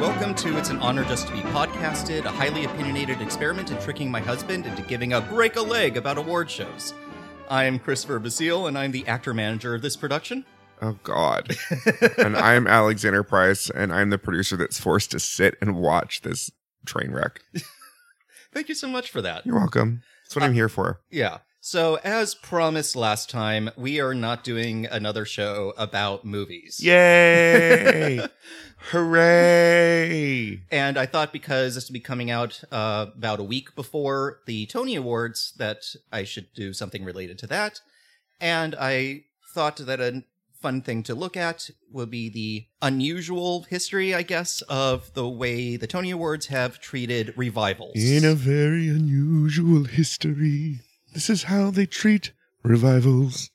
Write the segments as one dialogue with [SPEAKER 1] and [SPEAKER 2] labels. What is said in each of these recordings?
[SPEAKER 1] Welcome to It's an Honor Just to Be Podcasted, a highly opinionated experiment in tricking my husband into giving a break a leg about award shows. I am Christopher Basile, and I'm the actor manager of this production.
[SPEAKER 2] Oh God. and I'm Alexander Price, and I'm the producer that's forced to sit and watch this train wreck.
[SPEAKER 1] Thank you so much for that.
[SPEAKER 2] You're welcome. That's what I'm here for.
[SPEAKER 1] Yeah. So, as promised last time, we are not doing another show about movies.
[SPEAKER 2] Yay! Hooray!
[SPEAKER 1] And I thought because this will be coming out uh, about a week before the Tony Awards that I should do something related to that. And I thought that a fun thing to look at would be the unusual history, I guess, of the way the Tony Awards have treated revivals.
[SPEAKER 2] In a very unusual history, this is how they treat revivals.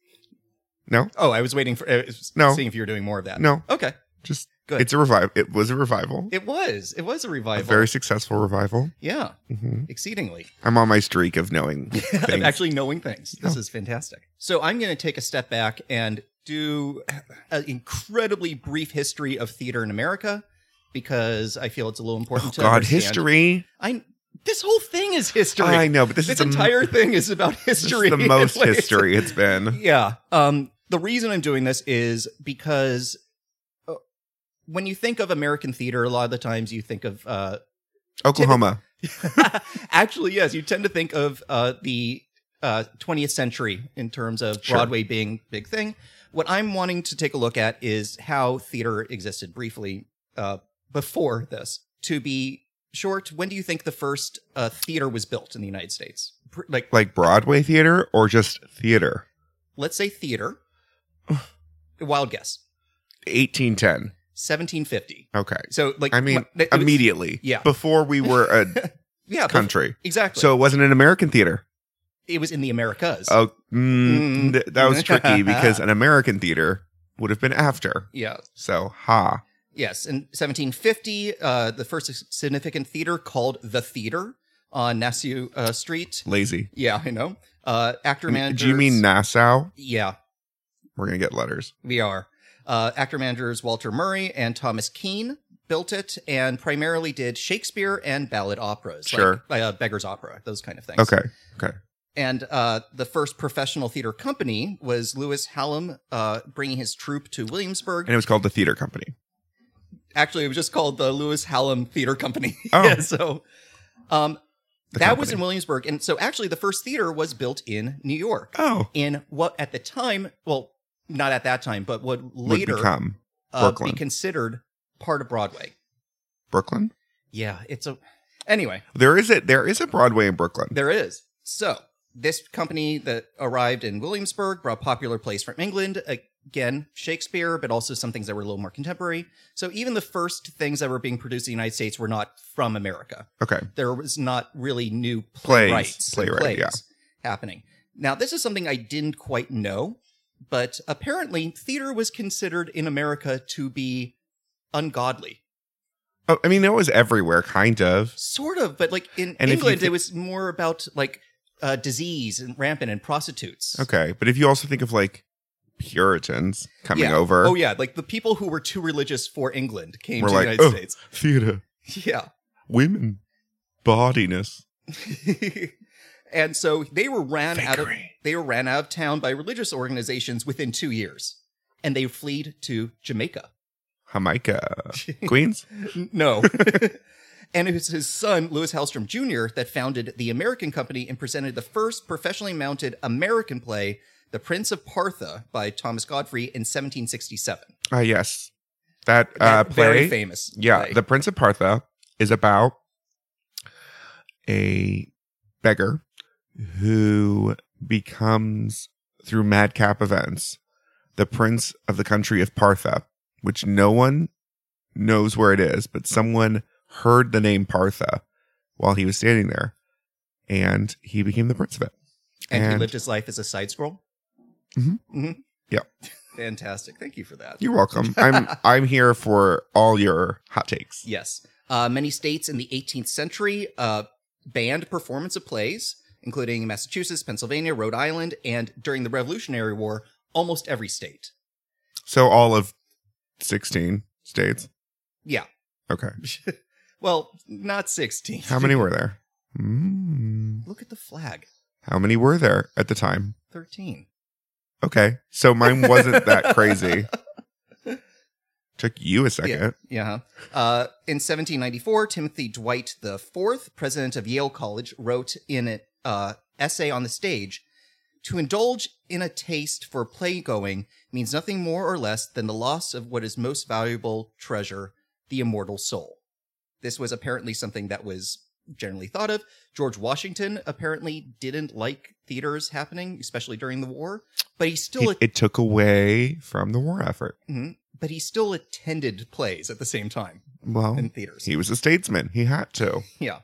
[SPEAKER 2] No,
[SPEAKER 1] oh, I was waiting for uh, s-
[SPEAKER 2] No.
[SPEAKER 1] seeing if you were doing more of that.
[SPEAKER 2] no,
[SPEAKER 1] Okay.
[SPEAKER 2] just
[SPEAKER 1] Good.
[SPEAKER 2] it's a revival. It was a revival,
[SPEAKER 1] It was. It was a
[SPEAKER 2] a
[SPEAKER 1] revival.
[SPEAKER 2] very successful revival.
[SPEAKER 1] yeah,
[SPEAKER 2] hmm
[SPEAKER 1] exceedingly.
[SPEAKER 2] I'm on my streak of knowing
[SPEAKER 1] of
[SPEAKER 2] things.
[SPEAKER 1] actually knowing things. This
[SPEAKER 2] Oh.
[SPEAKER 1] is fantastic. So I'm going to take a step back and do an incredibly brief history of theater in America because I feel it's a little important
[SPEAKER 2] oh
[SPEAKER 1] to
[SPEAKER 2] God,
[SPEAKER 1] understand.
[SPEAKER 2] history.
[SPEAKER 1] I this whole thing is history.
[SPEAKER 2] I know, but this,
[SPEAKER 1] this
[SPEAKER 2] is the,
[SPEAKER 1] entire thing is about
[SPEAKER 2] this is
[SPEAKER 1] history.
[SPEAKER 2] the
[SPEAKER 1] in
[SPEAKER 2] most
[SPEAKER 1] ways-
[SPEAKER 2] history it's been.
[SPEAKER 1] Yeah. Um. The reason I'm doing this is because uh, when you think of American theater, a lot of the times you think of uh,
[SPEAKER 2] Oklahoma.
[SPEAKER 1] Actually, yes, you tend to think of uh, the uh, 20th century in terms of
[SPEAKER 2] Sure.
[SPEAKER 1] Broadway being a big thing. What I'm wanting to take a look at is how theater existed briefly uh, before this. To be short, when do you think the first uh, theater was built in the United States? Pr- Like,
[SPEAKER 2] like Broadway theater or just theater?
[SPEAKER 1] let's say theater. Wild guess,
[SPEAKER 2] 1810.
[SPEAKER 1] 1750.
[SPEAKER 2] Okay.
[SPEAKER 1] So, like,
[SPEAKER 2] I mean,
[SPEAKER 1] it was-
[SPEAKER 2] immediately.
[SPEAKER 1] yeah.
[SPEAKER 2] Before we were a
[SPEAKER 1] yeah, bef-
[SPEAKER 2] country.
[SPEAKER 1] exactly.
[SPEAKER 2] So it wasn't an American theater.
[SPEAKER 1] it was in the Americas.
[SPEAKER 2] Oh, mm,
[SPEAKER 1] Mm.
[SPEAKER 2] th- that was tricky because an American theater would have been after.
[SPEAKER 1] yeah,
[SPEAKER 2] So, ha.
[SPEAKER 1] Yes, in 1750, uh, the first significant theater called the Theater on Nassau uh, Street.
[SPEAKER 2] Lazy.
[SPEAKER 1] Yeah, I know. Uh, actor managers.
[SPEAKER 2] Do you mean Nassau?
[SPEAKER 1] Yeah,
[SPEAKER 2] We're going to get letters.
[SPEAKER 1] we are. Uh, actor managers Walter Murray and Thomas Keane built it and primarily did Shakespeare and ballad operas,
[SPEAKER 2] Sure.
[SPEAKER 1] like uh, Beggar's Opera, those kind of things.
[SPEAKER 2] Okay.
[SPEAKER 1] And uh, the first professional theater company was Lewis Hallam uh, bringing his troupe to Williamsburg.
[SPEAKER 2] And it was called the theater company.
[SPEAKER 1] Actually, it was just called the Lewis Hallam Theater Company.
[SPEAKER 2] Oh.
[SPEAKER 1] yeah, so. Um,
[SPEAKER 2] The
[SPEAKER 1] that
[SPEAKER 2] company.
[SPEAKER 1] was in Williamsburg, and so actually the first theater was built in New York.
[SPEAKER 2] Oh.
[SPEAKER 1] In what at the time, well, not at that time, but would
[SPEAKER 2] Later.
[SPEAKER 1] later
[SPEAKER 2] Would become
[SPEAKER 1] uh, be
[SPEAKER 2] Brooklyn.
[SPEAKER 1] considered part of Broadway.
[SPEAKER 2] Brooklyn.
[SPEAKER 1] Yeah, it's a anyway.
[SPEAKER 2] There is a there is a Broadway in Brooklyn.
[SPEAKER 1] There is so this company that arrived in Williamsburg brought popular plays from England. Again, Shakespeare, but also some things that were a little more contemporary. So even the first things that were being produced in the United States were not from America.
[SPEAKER 2] Okay.
[SPEAKER 1] there was not really new
[SPEAKER 2] Plays.
[SPEAKER 1] playwrights, and
[SPEAKER 2] Playwright,
[SPEAKER 1] plays
[SPEAKER 2] yeah.
[SPEAKER 1] happening. Now, this is something I didn't quite know, but apparently theater was considered in America to be ungodly,
[SPEAKER 2] Oh, I mean, it was everywhere, kind of.
[SPEAKER 1] sort of. But like in
[SPEAKER 2] And if you
[SPEAKER 1] England,
[SPEAKER 2] thi-
[SPEAKER 1] it was more about like uh, disease and rampant and prostitutes.
[SPEAKER 2] Okay, but if you also think of like Puritans coming
[SPEAKER 1] Yeah.
[SPEAKER 2] over,
[SPEAKER 1] Oh yeah, like the people who were too religious for England came
[SPEAKER 2] Were
[SPEAKER 1] to
[SPEAKER 2] like,
[SPEAKER 1] the United
[SPEAKER 2] "Oh."
[SPEAKER 1] States.
[SPEAKER 2] theater,
[SPEAKER 1] Yeah.
[SPEAKER 2] women, bodiness,
[SPEAKER 1] and so they were ran out of
[SPEAKER 2] fakery.
[SPEAKER 1] they were ran out of town by religious organizations within two years, and they fled to Jamaica.
[SPEAKER 2] Jamaica, Queens.
[SPEAKER 1] N- no. and it was his son, Louis Hellstrom Jr., that founded the American Company and presented the first professionally mounted American play, The Prince of Partha, by Thomas Godfrey in 1767.
[SPEAKER 2] Ah, yes, that uh,
[SPEAKER 1] That Very
[SPEAKER 2] play.
[SPEAKER 1] famous.
[SPEAKER 2] yeah,
[SPEAKER 1] play.
[SPEAKER 2] the Prince of Partha is about a beggar who becomes through madcap events the prince of the country of Partha, which no one knows where it is, but someone heard the name Partha while he was standing there, and he became the prince of it.
[SPEAKER 1] and, he
[SPEAKER 2] and-
[SPEAKER 1] lived his life as a side scroll.
[SPEAKER 2] Mhm.
[SPEAKER 1] Mm-hmm.
[SPEAKER 2] Yeah.
[SPEAKER 1] Fantastic. Thank you for that.
[SPEAKER 2] You're welcome. I'm I'm here for all your hot takes.
[SPEAKER 1] Yes. Uh, many states in the 18th century uh, banned performance of plays, including Massachusetts, Pennsylvania, Rhode Island, and during the Revolutionary War, almost every state.
[SPEAKER 2] So all of sixteen states.
[SPEAKER 1] Yeah.
[SPEAKER 2] Okay.
[SPEAKER 1] Well, not 16.
[SPEAKER 2] How many were there? Mm.
[SPEAKER 1] Look at the flag.
[SPEAKER 2] How many were there at the time?
[SPEAKER 1] 13.
[SPEAKER 2] Okay. So mine wasn't that crazy. Took you a second.
[SPEAKER 1] Yeah. Uh, in 1794, Timothy Dwight IV, president of Yale College, wrote in an uh, essay on the stage To indulge in a taste for playgoing means nothing more or less than the loss of what is most valuable treasure, the immortal soul. This was apparently something that was generally thought of. George Washington apparently didn't like theaters happening, especially during the war, but he still
[SPEAKER 2] It, it took away from the war effort.
[SPEAKER 1] Mhm. but he still attended plays at the same time
[SPEAKER 2] Well,
[SPEAKER 1] in theaters.
[SPEAKER 2] he was a statesman. He had to.
[SPEAKER 1] Yeah.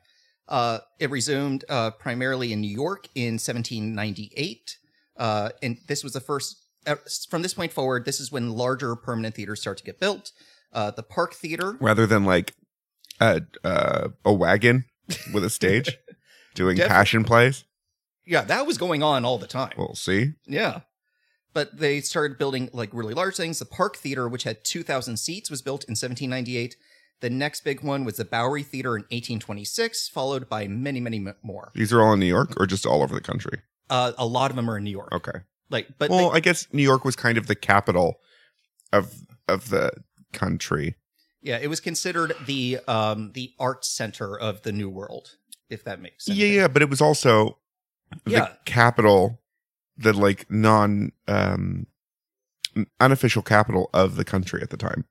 [SPEAKER 1] Uh, it resumed uh, primarily in New York in 1798. Uh, and this was the first, uh, from this point forward, this is when larger permanent theaters start to get built. Uh, the Park Theater
[SPEAKER 2] Rather than like a uh, a wagon with a stage doing
[SPEAKER 1] Def-
[SPEAKER 2] passion plays.
[SPEAKER 1] Yeah, that was going on all the time.
[SPEAKER 2] We'll see.
[SPEAKER 1] yeah. But they started building like really large things. The Park Theater, which had 2,000 seats, was built in 1798. The next big one was the Bowery Theater in 1826, followed by many, many m- more.
[SPEAKER 2] These are all in New York or just all over the country.
[SPEAKER 1] Uh, a lot of them are in New York.
[SPEAKER 2] Okay.
[SPEAKER 1] Like, but they-
[SPEAKER 2] well, I guess New York was kind of the capital of of the country.
[SPEAKER 1] Yeah, it was considered the um the art center of the New World, if that makes sense.
[SPEAKER 2] Yeah, yeah, but it was also
[SPEAKER 1] Yeah.
[SPEAKER 2] the capital, the like non um unofficial capital of the country at the time.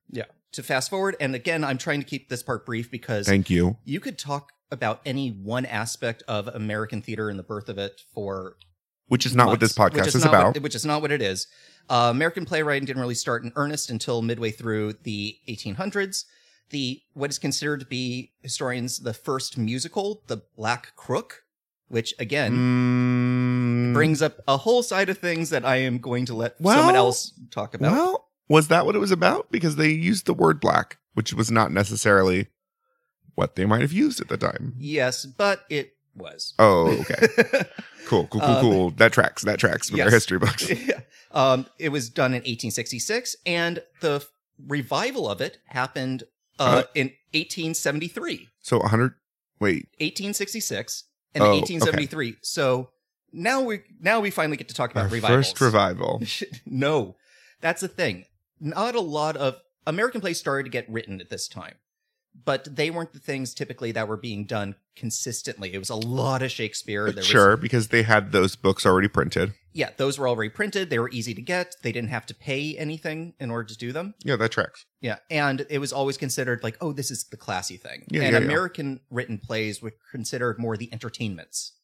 [SPEAKER 1] To fast forward, and again, I'm trying to keep this part brief because
[SPEAKER 2] Thank you.
[SPEAKER 1] you could talk about any one aspect of American theater and the birth of it for
[SPEAKER 2] Which is not what this
[SPEAKER 1] months,
[SPEAKER 2] podcast
[SPEAKER 1] which
[SPEAKER 2] is,
[SPEAKER 1] not
[SPEAKER 2] about.
[SPEAKER 1] what- which is not what it is. Uh, American playwriting didn't really start in earnest until midway through the 1800s. The what is considered to be historians the first musical, The Black Crook, which again
[SPEAKER 2] Mm,
[SPEAKER 1] brings up a whole side of things that I am going to let
[SPEAKER 2] Well-
[SPEAKER 1] someone else talk about.
[SPEAKER 2] well, was that what it was about? Because they used the word black, which was not necessarily what they might have used at the time.
[SPEAKER 1] yes, but it was.
[SPEAKER 2] Oh, okay. Cool, cool, cool,
[SPEAKER 1] Um,
[SPEAKER 2] cool. That tracks. That tracks with
[SPEAKER 1] yes.
[SPEAKER 2] their history books.
[SPEAKER 1] um, it was done in 1866, and the f- revival of it happened uh, in 1873,
[SPEAKER 2] So 100. Wait,
[SPEAKER 1] 1866, and
[SPEAKER 2] Oh, okay.
[SPEAKER 1] 1873. So now we now we finally get to talk
[SPEAKER 2] our
[SPEAKER 1] about revivals.
[SPEAKER 2] first revival.
[SPEAKER 1] no, that's the thing. Not a lot of American plays started to get written at this time, but they weren't the things typically that were being done consistently. It was a lot of Shakespeare. There Was,
[SPEAKER 2] Sure, because they had those books already printed.
[SPEAKER 1] yeah, those were all reprinted. They were easy to get. They didn't have to pay anything in order to do them.
[SPEAKER 2] Yeah, that tracks.
[SPEAKER 1] Yeah, and it was always considered like, oh, this is the classy thing.
[SPEAKER 2] Yeah,
[SPEAKER 1] and
[SPEAKER 2] yeah, yeah.
[SPEAKER 1] American written plays were considered more the entertainments.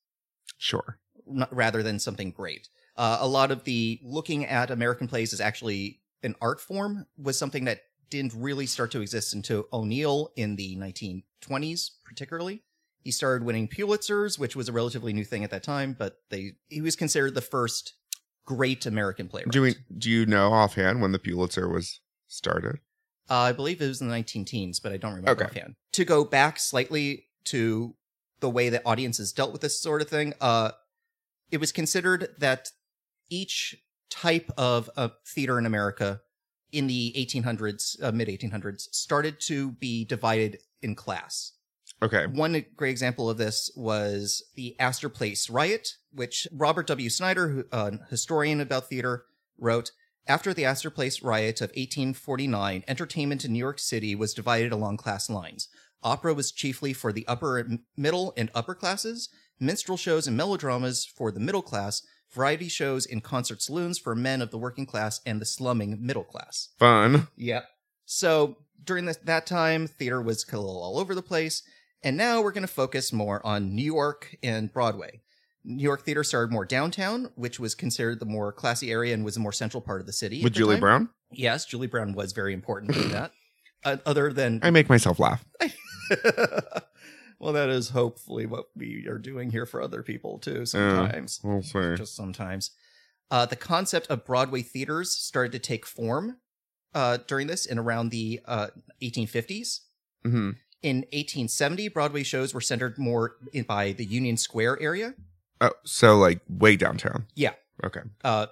[SPEAKER 2] Sure.
[SPEAKER 1] n- rather than something great. Uh, a lot of the looking at American plays as actually an art form was something that didn't really start to exist until O'Neill in the 1920s, particularly. He started winning Pulitzers, which was a relatively new thing at that time, but they he was considered the first great American playwright.
[SPEAKER 2] Do we, do you know offhand when the Pulitzer was started?
[SPEAKER 1] Uh, I believe it was in the 19 teens, but I don't remember
[SPEAKER 2] Okay.
[SPEAKER 1] offhand. To go back slightly to the way that audiences dealt with this sort of thing, uh, it was considered that each type of uh, theater in America in the 1800s, uh, mid 1800s, started to be divided in class.
[SPEAKER 2] Okay.
[SPEAKER 1] One great example of this was the Astor Place riot, which Robert W. Snyder, who, a historian about theater, wrote After the Astor Place riot of 1849, entertainment in New York City was divided along class lines. Opera was chiefly for the upper, and middle, and upper classes, minstrel shows and melodramas for the middle class, variety shows and concert saloons for men of the working class and the slumming middle class.
[SPEAKER 2] Fun.
[SPEAKER 1] Yep. So during this, that time, theater was kind of all over the place. And now we're going to focus more on New York and Broadway. New York theater started more downtown, which was considered the more classy area and was the more central part of the city. at
[SPEAKER 2] With
[SPEAKER 1] the
[SPEAKER 2] Julie
[SPEAKER 1] time.
[SPEAKER 2] Brown?
[SPEAKER 1] Yes, Julie Brown was very important in that. Uh, other than.
[SPEAKER 2] I make myself laugh.
[SPEAKER 1] well, that is hopefully what we are doing here for other people, too, sometimes
[SPEAKER 2] We'll see.
[SPEAKER 1] just sometimes. Uh, the concept of Broadway theaters started to take form uh, during this in around the uh, 1850s.
[SPEAKER 2] hmm
[SPEAKER 1] In 1870, Broadway shows were centered more in, by the Union Square area.
[SPEAKER 2] Oh, so like way downtown.
[SPEAKER 1] Uh,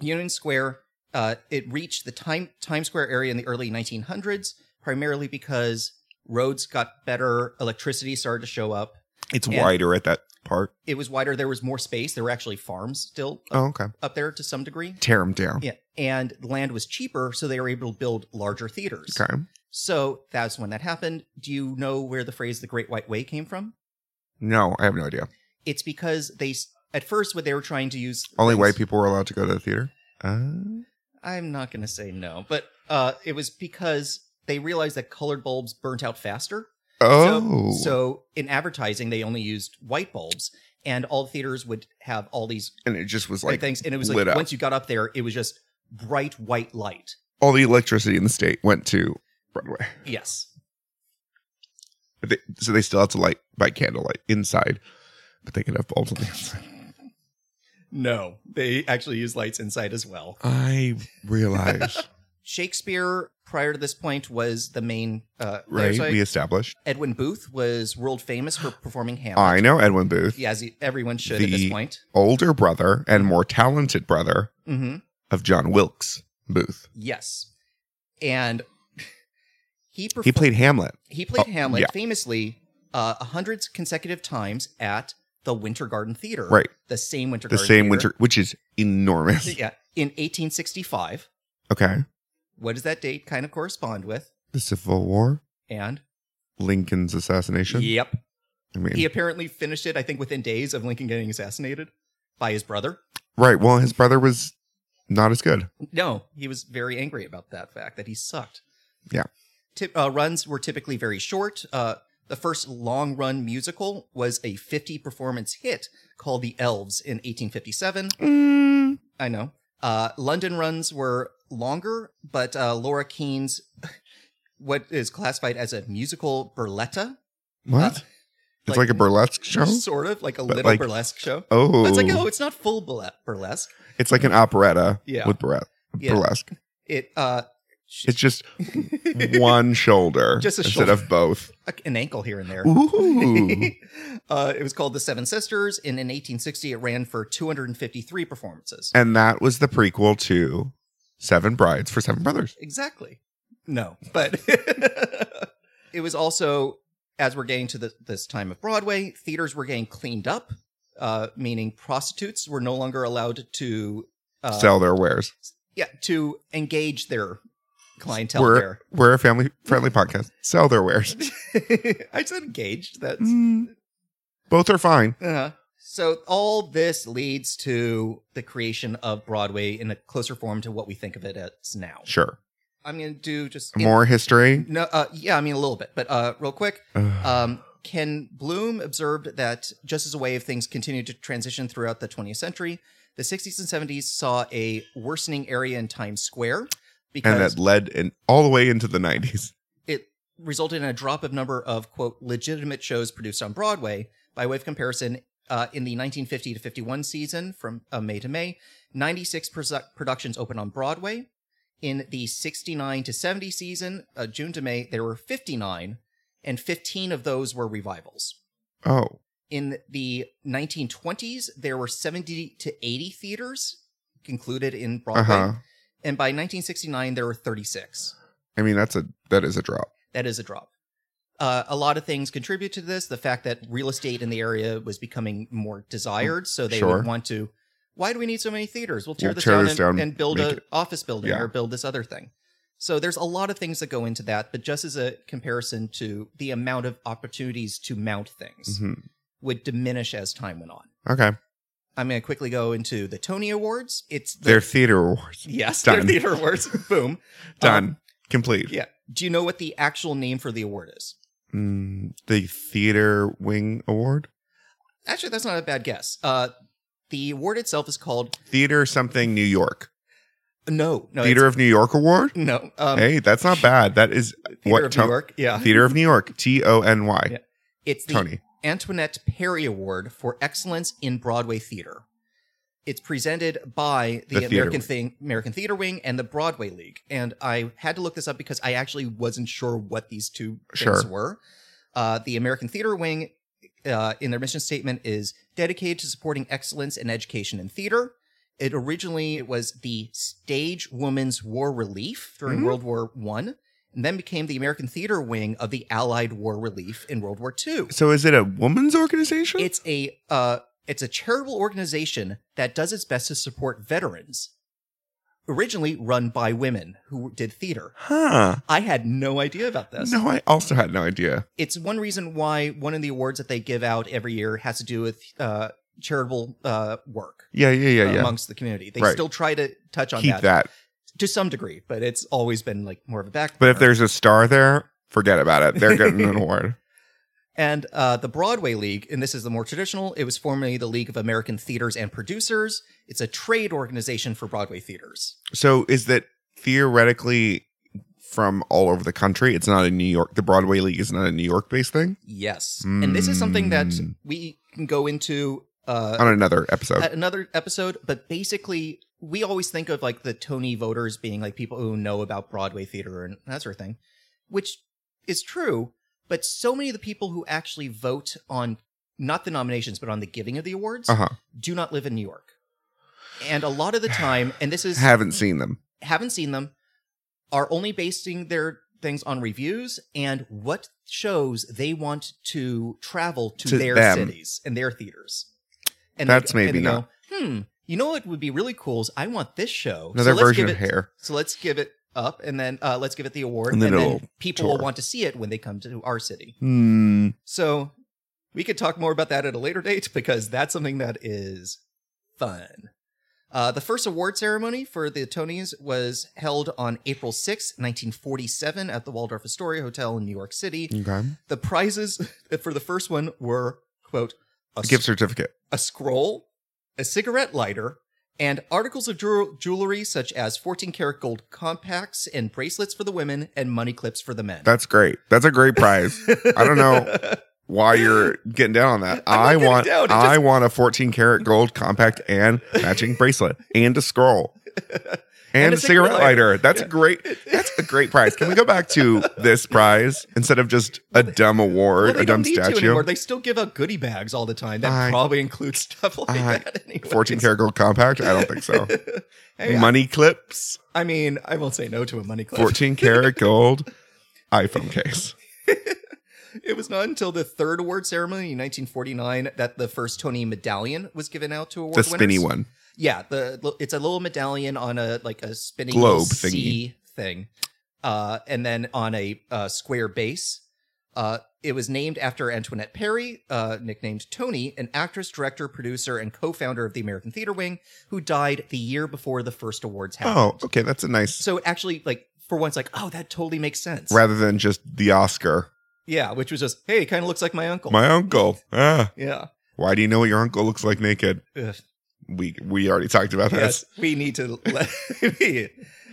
[SPEAKER 1] Union Square, uh, it reached the time Times Square area in the early 1900s, primarily because Roads got better. Electricity started to show up.
[SPEAKER 2] It's
[SPEAKER 1] And-
[SPEAKER 2] wider at that part.
[SPEAKER 1] It was wider. There was more space. There were actually farms still up,
[SPEAKER 2] Oh, okay.
[SPEAKER 1] up there to some degree.
[SPEAKER 2] Tear them down.
[SPEAKER 1] Yeah. And land was cheaper, so they were able to build larger theaters.
[SPEAKER 2] Okay.
[SPEAKER 1] So that's when that happened. Do you know where the phrase the Great White Way came from?
[SPEAKER 2] No, I have no idea.
[SPEAKER 1] It's because they, s- at first, what they were trying to use.
[SPEAKER 2] Only
[SPEAKER 1] things-
[SPEAKER 2] white people were allowed to go to the theater. Uh,
[SPEAKER 1] I'm not going to say no, but uh, it was because they realized that colored bulbs burnt out faster.
[SPEAKER 2] oh,
[SPEAKER 1] So, so in advertising, they only used white bulbs, and all theaters would have all these
[SPEAKER 2] and it just was
[SPEAKER 1] great
[SPEAKER 2] like
[SPEAKER 1] things. And it was
[SPEAKER 2] lit
[SPEAKER 1] like
[SPEAKER 2] up.
[SPEAKER 1] once you got up there, it was just bright white light.
[SPEAKER 2] all the electricity in the state went to Broadway.
[SPEAKER 1] Yes.
[SPEAKER 2] But they, so they still had to light by candlelight inside, but they could have bulbs on the outside.
[SPEAKER 1] No, they actually use lights inside as well.
[SPEAKER 2] I realize,
[SPEAKER 1] Shakespeare, prior to this point, was the main. Uh, player.
[SPEAKER 2] right?
[SPEAKER 1] So
[SPEAKER 2] We established.
[SPEAKER 1] Edwin Booth was world famous for performing Hamlet.
[SPEAKER 2] I know Edwin Booth,
[SPEAKER 1] Yeah, as he- everyone should at this
[SPEAKER 2] The-
[SPEAKER 1] point.
[SPEAKER 2] older brother and more talented brother
[SPEAKER 1] hmm
[SPEAKER 2] of John Wilkes Booth.
[SPEAKER 1] Yes. And he performed,
[SPEAKER 2] He played Hamlet.
[SPEAKER 1] he played
[SPEAKER 2] oh,
[SPEAKER 1] Hamlet
[SPEAKER 2] yeah.
[SPEAKER 1] famously uh, a hundred consecutive times at the Winter Garden Theater.
[SPEAKER 2] Right.
[SPEAKER 1] The same Winter
[SPEAKER 2] The
[SPEAKER 1] Garden
[SPEAKER 2] same
[SPEAKER 1] Theater.
[SPEAKER 2] winter, which is enormous.
[SPEAKER 1] Yeah. In 1865.
[SPEAKER 2] Okay.
[SPEAKER 1] What does that date kind of correspond with?
[SPEAKER 2] The Civil War,
[SPEAKER 1] And
[SPEAKER 2] Lincoln's assassination.
[SPEAKER 1] yep.
[SPEAKER 2] I mean,
[SPEAKER 1] He apparently finished it, I think, within days of Lincoln getting assassinated by his brother.
[SPEAKER 2] right. Well, his brother was not as good.
[SPEAKER 1] No, he was very angry about that fact that he sucked.
[SPEAKER 2] Yeah.
[SPEAKER 1] Tip, uh, runs were typically very short. Uh, the first long run musical was a 50 performance hit called The Elves in 1857.
[SPEAKER 2] Mm.
[SPEAKER 1] I know. Uh, London runs were longer, but uh, Laura Keene's what is classified as a musical burletta,
[SPEAKER 2] What?
[SPEAKER 1] Uh,
[SPEAKER 2] it's
[SPEAKER 1] like-
[SPEAKER 2] like a burlesque show.
[SPEAKER 1] sort of like a
[SPEAKER 2] But
[SPEAKER 1] little
[SPEAKER 2] like-
[SPEAKER 1] burlesque show.
[SPEAKER 2] Oh,
[SPEAKER 1] But it's like, oh, it's not full burle- burlesque.
[SPEAKER 2] It's like an operetta
[SPEAKER 1] Yeah.
[SPEAKER 2] with burlesque.
[SPEAKER 1] Yeah.
[SPEAKER 2] burlesque.
[SPEAKER 1] It uh,
[SPEAKER 2] It's just one shoulder
[SPEAKER 1] Just a
[SPEAKER 2] instead
[SPEAKER 1] shoulder.
[SPEAKER 2] of both.
[SPEAKER 1] an ankle here and there.
[SPEAKER 2] Ooh.
[SPEAKER 1] uh, it was called The Seven Sisters, and in 1860, it ran for 253 performances.
[SPEAKER 2] and that was the prequel to Seven Brides for Seven Brothers.
[SPEAKER 1] Exactly. No, but it was also, as we're getting to the, this time of Broadway, theaters were getting cleaned up, uh, meaning prostitutes were no longer allowed to uh,
[SPEAKER 2] Sell their wares.
[SPEAKER 1] Yeah, to engage their clientele
[SPEAKER 2] We're, we're a family friendly podcast. Sell their wares.
[SPEAKER 1] there. I said engaged. That's
[SPEAKER 2] Mm. Both are fine.
[SPEAKER 1] Uh-huh. So all this leads to the creation of Broadway in a closer form to what we think of it as now.
[SPEAKER 2] Sure.
[SPEAKER 1] I'm going to do just
[SPEAKER 2] More history.
[SPEAKER 1] No, uh, yeah, I mean a little bit, but uh, real quick.
[SPEAKER 2] Ugh.
[SPEAKER 1] Um, Ken Bloom observed that just as a way of things continued to transition throughout the 20th century, the 60s and 70s saw a worsening area in Times Square
[SPEAKER 2] and
[SPEAKER 1] because
[SPEAKER 2] that led in all the way into the 90s.
[SPEAKER 1] it resulted in a drop of number of quote legitimate shows produced on Broadway. By way of comparison, uh, in the 1950 to 51 season from uh, May to May, 96 produ- productions opened on Broadway. In the 69 to 70 season, uh, June to May, there were 59, and 15 of those were revivals.
[SPEAKER 2] Oh,
[SPEAKER 1] In the 1920s, there were 70 to 80 theaters included in Broadway,
[SPEAKER 2] uh huh.
[SPEAKER 1] and by 1969, there were 36.
[SPEAKER 2] I mean, that's a that is a drop.
[SPEAKER 1] that is a drop. Uh, a lot of things contribute to this. The fact that real estate in the area was becoming more desired, so they
[SPEAKER 2] Sure.
[SPEAKER 1] would want to. Why do we need so many theaters? We'll tear
[SPEAKER 2] We'll
[SPEAKER 1] this
[SPEAKER 2] tear
[SPEAKER 1] down,
[SPEAKER 2] this
[SPEAKER 1] and,
[SPEAKER 2] down,
[SPEAKER 1] and build
[SPEAKER 2] make
[SPEAKER 1] an
[SPEAKER 2] it-
[SPEAKER 1] office building
[SPEAKER 2] Yeah.
[SPEAKER 1] or build this other thing. So there's a lot of things that go into that, but just as a comparison to the amount of opportunities to mount things
[SPEAKER 2] hmm
[SPEAKER 1] would diminish as time went on.
[SPEAKER 2] Okay,
[SPEAKER 1] I'm going to quickly go into the Tony Awards. It's the,
[SPEAKER 2] they're theater awards.
[SPEAKER 1] yes, their
[SPEAKER 2] done.
[SPEAKER 1] theater awards. Boom,
[SPEAKER 2] Done,
[SPEAKER 1] Um,
[SPEAKER 2] complete.
[SPEAKER 1] yeah. Do you know what the actual name for the award is?
[SPEAKER 2] Mm, the theater wing award,
[SPEAKER 1] Actually, that's not a bad guess. Uh, the award itself is called
[SPEAKER 2] theater something New York,
[SPEAKER 1] no, no,
[SPEAKER 2] theater of New York award.
[SPEAKER 1] it's- no. Um,
[SPEAKER 2] hey, that's not bad. That is
[SPEAKER 1] Theater
[SPEAKER 2] what
[SPEAKER 1] of
[SPEAKER 2] Ton-
[SPEAKER 1] New York? Yeah,
[SPEAKER 2] theater of New York. T O N
[SPEAKER 1] Yeah.
[SPEAKER 2] Y.
[SPEAKER 1] it's the
[SPEAKER 2] Tony.
[SPEAKER 1] Antoinette Perry Award for Excellence in Broadway Theater. It's presented by the,
[SPEAKER 2] The Theater
[SPEAKER 1] American
[SPEAKER 2] Wing.
[SPEAKER 1] thing, American Theater Wing, and the Broadway League. And I had to look this up because I actually wasn't sure what these two things
[SPEAKER 2] Sure.
[SPEAKER 1] were. Uh, the American Theater Wing, uh, in their mission statement, is dedicated to supporting excellence in education in theater. It originally was the Stage Women's War Relief during
[SPEAKER 2] Mhm.
[SPEAKER 1] World War One, and then became the American Theater Wing of the Allied War Relief in World War II.
[SPEAKER 2] So is it a woman's organization?
[SPEAKER 1] It's a uh, it's a charitable organization that does its best to support veterans. Originally run by women who did theater.
[SPEAKER 2] huh.
[SPEAKER 1] I had no idea about this.
[SPEAKER 2] No, I also had no idea.
[SPEAKER 1] It's one reason why one of the awards that they give out every year has to do with uh, charitable uh, work
[SPEAKER 2] Yeah, yeah, yeah, yeah.
[SPEAKER 1] amongst the community. They
[SPEAKER 2] Right.
[SPEAKER 1] still try to touch on
[SPEAKER 2] Keep
[SPEAKER 1] that,
[SPEAKER 2] that.
[SPEAKER 1] to some degree, but it's always been like more of a back.
[SPEAKER 2] But if
[SPEAKER 1] burner.
[SPEAKER 2] there's a star there, forget about it. They're getting an award.
[SPEAKER 1] And uh, the Broadway League, and this is the more traditional, it was formerly the League of American Theaters and Producers. It's a trade organization for Broadway theaters.
[SPEAKER 2] So is that theoretically from all over the country? It's not in New York. The Broadway League is not a New York based thing.
[SPEAKER 1] Yes. And this is something that
[SPEAKER 2] Mm.
[SPEAKER 1] we can go into uh,
[SPEAKER 2] On another episode.
[SPEAKER 1] at another episode, but basically, we always think of like the Tony voters being like people who know about Broadway theater and that sort of thing, which is true. But so many of the people who actually vote on not the nominations, but on the giving of the awards
[SPEAKER 2] Uh huh.
[SPEAKER 1] do not live in New York. And a lot of the time, and this is
[SPEAKER 2] Haven't seen them.
[SPEAKER 1] haven't seen them, are only basing their things on reviews and what shows they want to travel to,
[SPEAKER 2] To
[SPEAKER 1] their
[SPEAKER 2] them.
[SPEAKER 1] cities and their theaters. And
[SPEAKER 2] That's
[SPEAKER 1] and
[SPEAKER 2] maybe
[SPEAKER 1] go, Hmm. You know what would be really cool is I want this show.
[SPEAKER 2] Another
[SPEAKER 1] Oh, so let's
[SPEAKER 2] version
[SPEAKER 1] give
[SPEAKER 2] of
[SPEAKER 1] it,
[SPEAKER 2] hair.
[SPEAKER 1] So let's give it up and then uh, let's give it the award and
[SPEAKER 2] And then
[SPEAKER 1] then,
[SPEAKER 2] it'll
[SPEAKER 1] people will
[SPEAKER 2] tour.
[SPEAKER 1] want to see it when they come to our city.
[SPEAKER 2] Hmm.
[SPEAKER 1] So we could talk more about that at a later date because that's something that is fun. Uh, the first award ceremony for the Tonys was held on April sixth, 1947, at the Waldorf Astoria Hotel in New York City.
[SPEAKER 2] Okay.
[SPEAKER 1] The prizes for the first one were, quote, a,
[SPEAKER 2] Gift certificate.
[SPEAKER 1] a scroll, a cigarette lighter, and articles of jew- jewelry such as 14 karat gold compacts and bracelets for the women and money clips for the men.
[SPEAKER 2] That's great. That's a great prize. I don't know. Why you're getting down on that?
[SPEAKER 1] I'm not
[SPEAKER 2] I
[SPEAKER 1] getting
[SPEAKER 2] want.
[SPEAKER 1] down. It
[SPEAKER 2] I
[SPEAKER 1] just-
[SPEAKER 2] want a 14 karat gold compact and matching bracelet and a scroll and, a cigarette lighter. That's a great. That's a great prize. Can we go back to this prize instead of just a dumb award,
[SPEAKER 1] Well, they
[SPEAKER 2] a dumb
[SPEAKER 1] don't need to
[SPEAKER 2] statue?
[SPEAKER 1] anymore. They still give out goodie bags all the time. That
[SPEAKER 2] I-
[SPEAKER 1] probably includes stuff like
[SPEAKER 2] I-
[SPEAKER 1] that. Anyway.
[SPEAKER 2] 14 karat gold compact? I don't think so.
[SPEAKER 1] Hey, I,
[SPEAKER 2] Money clips,
[SPEAKER 1] I mean, I won't say no to a money clip.
[SPEAKER 2] 14 karat gold iPhone case.
[SPEAKER 1] It was not until the third award ceremony in 1949 that the first Tony medallion was given out to award
[SPEAKER 2] The spinny
[SPEAKER 1] winners.
[SPEAKER 2] one.
[SPEAKER 1] Yeah, the it's a little medallion on a like a spinning
[SPEAKER 2] Globe
[SPEAKER 1] C thing, uh, and then on a uh, square base. Uh, it was named after Antoinette Perry, uh, nicknamed Tony, an actress, director, producer, and co-founder of the American Theater Wing, who died the year before the first awards
[SPEAKER 2] Oh,
[SPEAKER 1] happened.
[SPEAKER 2] okay. That's a nice
[SPEAKER 1] so it actually, like for once, like oh, that totally makes sense.
[SPEAKER 2] rather than just the Oscar.
[SPEAKER 1] Yeah, which was just hey, kind of looks like my uncle.
[SPEAKER 2] My uncle. Ah,
[SPEAKER 1] yeah.
[SPEAKER 2] why do you know what your uncle looks like naked?
[SPEAKER 1] Ugh.
[SPEAKER 2] We we already talked about this.
[SPEAKER 1] Yes, we need to let we,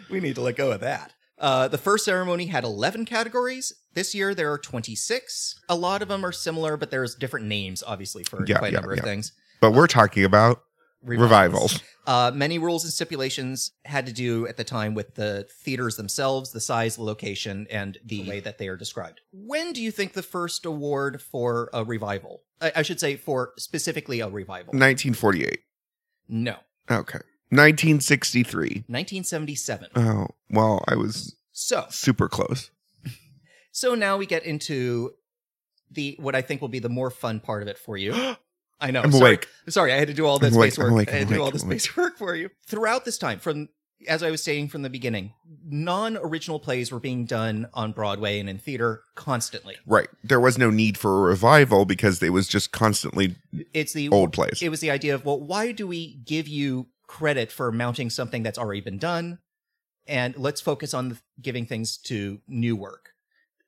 [SPEAKER 1] we need to let go of that. Uh, the first ceremony had 11 categories. This year there are 26. A lot of them are similar, but there's different names, obviously, for
[SPEAKER 2] Yeah,
[SPEAKER 1] quite a
[SPEAKER 2] yeah,
[SPEAKER 1] number
[SPEAKER 2] yeah.
[SPEAKER 1] of things.
[SPEAKER 2] But we're talking about revivals.
[SPEAKER 1] Uh, many rules and stipulations had to do at the time with the theaters themselves, the size, the location, and the way that they are described. When do you think the first award for a revival? I, I should say for specifically a revival.
[SPEAKER 2] 1948.
[SPEAKER 1] No,
[SPEAKER 2] Okay. 1963.
[SPEAKER 1] 1977.
[SPEAKER 2] Oh, well, I was
[SPEAKER 1] So
[SPEAKER 2] super close.
[SPEAKER 1] So now we get into the what I think will be the more fun part of it for you. I know.
[SPEAKER 2] I'm
[SPEAKER 1] Oh, sorry,
[SPEAKER 2] awake.
[SPEAKER 1] Sorry, I had to do all this
[SPEAKER 2] I'm awake,
[SPEAKER 1] space
[SPEAKER 2] I'm
[SPEAKER 1] work.
[SPEAKER 2] awake,
[SPEAKER 1] I had
[SPEAKER 2] I'm
[SPEAKER 1] to do
[SPEAKER 2] awake,
[SPEAKER 1] all this
[SPEAKER 2] I'm awake.
[SPEAKER 1] space work for you throughout this time. From as I was saying from the beginning, non-original plays were being done on Broadway and in theater constantly.
[SPEAKER 2] Right. There was no need for a revival because it was just constantly
[SPEAKER 1] It's the
[SPEAKER 2] old plays.
[SPEAKER 1] it was the idea of well, why do we give you credit for mounting something that's already been done, and let's focus on giving things to new work.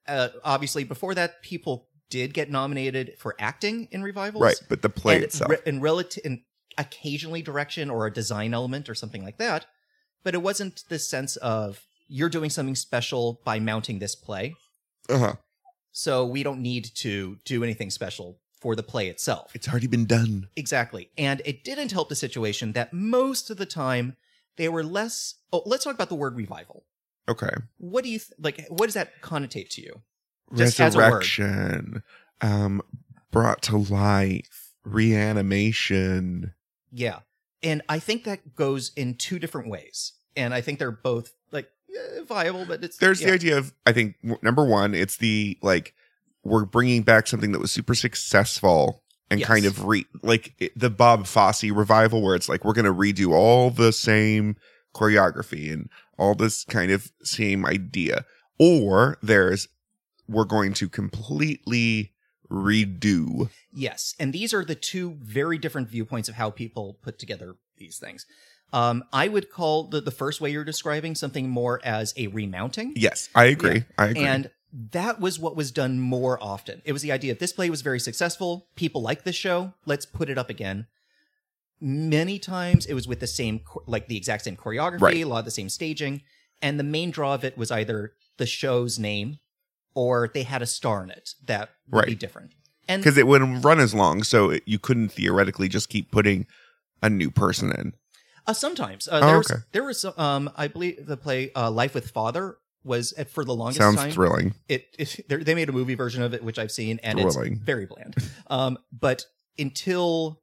[SPEAKER 1] Uh, obviously, before that, people did get nominated for acting in revivals,
[SPEAKER 2] right. But the play
[SPEAKER 1] and,
[SPEAKER 2] itself.
[SPEAKER 1] re- and relative, and occasionally direction or a design element or something like that. But it wasn't this sense of you're doing something special by mounting this play,
[SPEAKER 2] uh-huh.
[SPEAKER 1] so we don't need to do anything special for the play itself.
[SPEAKER 2] It's already been done.
[SPEAKER 1] Exactly. And it didn't help the situation that most of the time they were less. Oh, let's talk about the word revival.
[SPEAKER 2] Okay.
[SPEAKER 1] What do you th- like? What does that connotate to you? Just as a word.
[SPEAKER 2] Resurrection. Um brought to life. Reanimation.
[SPEAKER 1] Yeah. And I think that goes in two different ways. And I think they're both like, eh, viable, but it's
[SPEAKER 2] there's
[SPEAKER 1] yeah.
[SPEAKER 2] the idea of I think w- number one, it's the like we're bringing back something that was super successful and
[SPEAKER 1] Yes.
[SPEAKER 2] kind of re like it- the Bob Fosse revival, where it's like we're gonna redo all the same choreography and all this kind of same idea, or there's we're going to completely redo.
[SPEAKER 1] Yes, and these are the two very different viewpoints of how people put together these things. Um, I would call the, the first way you're describing something more as a remounting.
[SPEAKER 2] Yes, I agree. I agree.
[SPEAKER 1] And that was what was done more often. It was the idea of this play was very successful. People like this show. Let's put it up again. Many times it was with the same, cho- like the exact same choreography,
[SPEAKER 2] Right.
[SPEAKER 1] a lot of the same staging. And the main draw of it was either the show's name or they had a star in it that would be
[SPEAKER 2] Right.
[SPEAKER 1] different. And
[SPEAKER 2] because it wouldn't run as long, so it, you couldn't theoretically just keep putting a new person in.
[SPEAKER 1] Uh, sometimes uh,
[SPEAKER 2] Oh,
[SPEAKER 1] there was
[SPEAKER 2] okay.
[SPEAKER 1] there was um I believe the play uh, Life with Father was at, for the longest
[SPEAKER 2] Sounds
[SPEAKER 1] time.
[SPEAKER 2] thrilling.
[SPEAKER 1] it, it there- they made a movie version of it which I've seen and
[SPEAKER 2] Thrilling.
[SPEAKER 1] it's very bland. Um, but until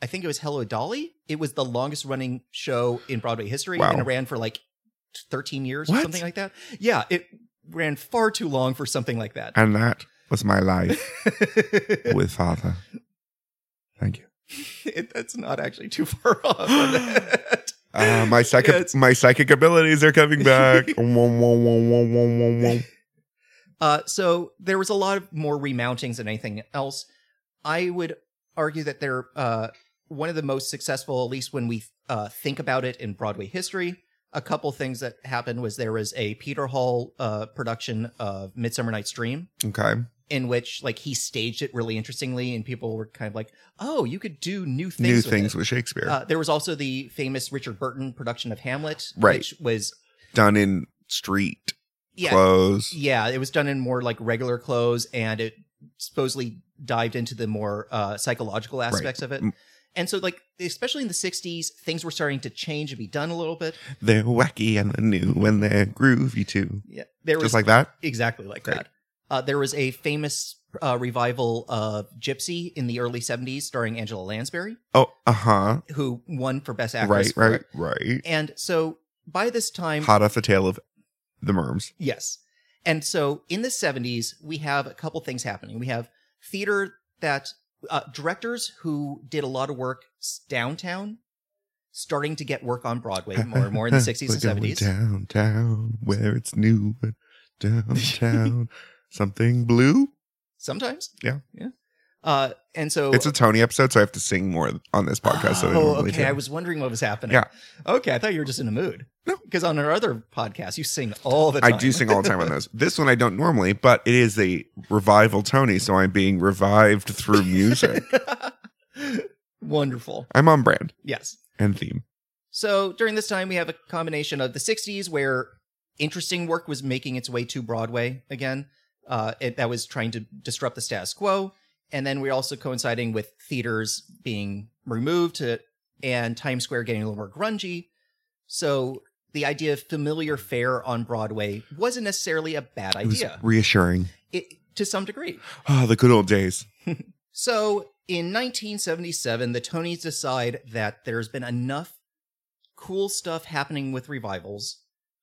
[SPEAKER 1] I think it was Hello Dolly, it was the longest running show in Broadway history
[SPEAKER 2] Wow.
[SPEAKER 1] and it ran for like thirteen years or
[SPEAKER 2] What?
[SPEAKER 1] something like that. Yeah, it ran far too long for something like that.
[SPEAKER 2] And that was my life with father. Thank you.
[SPEAKER 1] it, that's not actually too far off. From that.
[SPEAKER 2] Uh, my psychic
[SPEAKER 1] Yes.
[SPEAKER 2] my psychic abilities are coming back. Wom, wom, wom, wom, wom, wom, wom.
[SPEAKER 1] Uh, so there was a lot of more remountings than anything else. I would argue that they're uh, one of the most successful, at least when we uh, think about it in Broadway history. A couple things that happened was there was a Peter Hall uh, production of Midsummer Night's Dream
[SPEAKER 2] okay.
[SPEAKER 1] in which like he staged it really interestingly and people were kind of like, oh, you could do new things.
[SPEAKER 2] New
[SPEAKER 1] with
[SPEAKER 2] things
[SPEAKER 1] it."
[SPEAKER 2] with Shakespeare
[SPEAKER 1] Uh, there was also the famous Richard Burton production of Hamlet,
[SPEAKER 2] Right.
[SPEAKER 1] which was
[SPEAKER 2] done in street
[SPEAKER 1] yeah,
[SPEAKER 2] clothes.
[SPEAKER 1] yeah, it was done in more like regular clothes, and it supposedly dived into the more uh, psychological aspects of it.
[SPEAKER 2] Mm.
[SPEAKER 1] And so, like, especially in the '60s, things were starting to change and be done a little bit.
[SPEAKER 2] They're wacky and they're new and they're groovy too.
[SPEAKER 1] Yeah, there was
[SPEAKER 2] Just like that.
[SPEAKER 1] exactly like
[SPEAKER 2] Great.
[SPEAKER 1] that. Uh, there was a famous uh, revival of Gypsy in the early '70s, starring Angela Lansbury,
[SPEAKER 2] Oh, uh huh.
[SPEAKER 1] who won for Best Actress.
[SPEAKER 2] Right,
[SPEAKER 1] for
[SPEAKER 2] right,
[SPEAKER 1] it.
[SPEAKER 2] right.
[SPEAKER 1] And so, by this time,
[SPEAKER 2] Hot off the tail of the Merms.
[SPEAKER 1] Yes. And so in the 70s, we have a couple things happening. We have theater that uh, directors who did a lot of work s- downtown starting to get work on Broadway more and more in the 60s
[SPEAKER 2] We're
[SPEAKER 1] and
[SPEAKER 2] going
[SPEAKER 1] 70s.
[SPEAKER 2] Downtown, where it's new, and downtown, something blue.
[SPEAKER 1] Sometimes.
[SPEAKER 2] Yeah.
[SPEAKER 1] Yeah. Uh, and so
[SPEAKER 2] It's a Tony episode, so I have to sing more on this podcast. than I
[SPEAKER 1] Oh,
[SPEAKER 2] normally
[SPEAKER 1] okay.
[SPEAKER 2] do.
[SPEAKER 1] I was wondering what was happening.
[SPEAKER 2] Yeah.
[SPEAKER 1] Okay. I thought you were just in a mood.
[SPEAKER 2] No.
[SPEAKER 1] Because on our other podcast, you sing all the
[SPEAKER 2] I
[SPEAKER 1] time.
[SPEAKER 2] do sing all the time on those. This one I don't normally, but it is a revival Tony, so I'm being revived through music.
[SPEAKER 1] Wonderful.
[SPEAKER 2] I'm on brand
[SPEAKER 1] Yes.
[SPEAKER 2] and theme.
[SPEAKER 1] So during this time, we have a combination of the 60s where interesting work was making its way to Broadway again. Uh, it, that was trying to disrupt the status quo. And then we're also coinciding with theaters being removed to, and Times Square getting a little more grungy. So the idea of familiar fare on Broadway wasn't necessarily a bad
[SPEAKER 2] It was
[SPEAKER 1] idea
[SPEAKER 2] reassuring.
[SPEAKER 1] it, to some degree.
[SPEAKER 2] Ah, the good old days.
[SPEAKER 1] So in 1977, the Tonys decide that there's been enough cool stuff happening with revivals,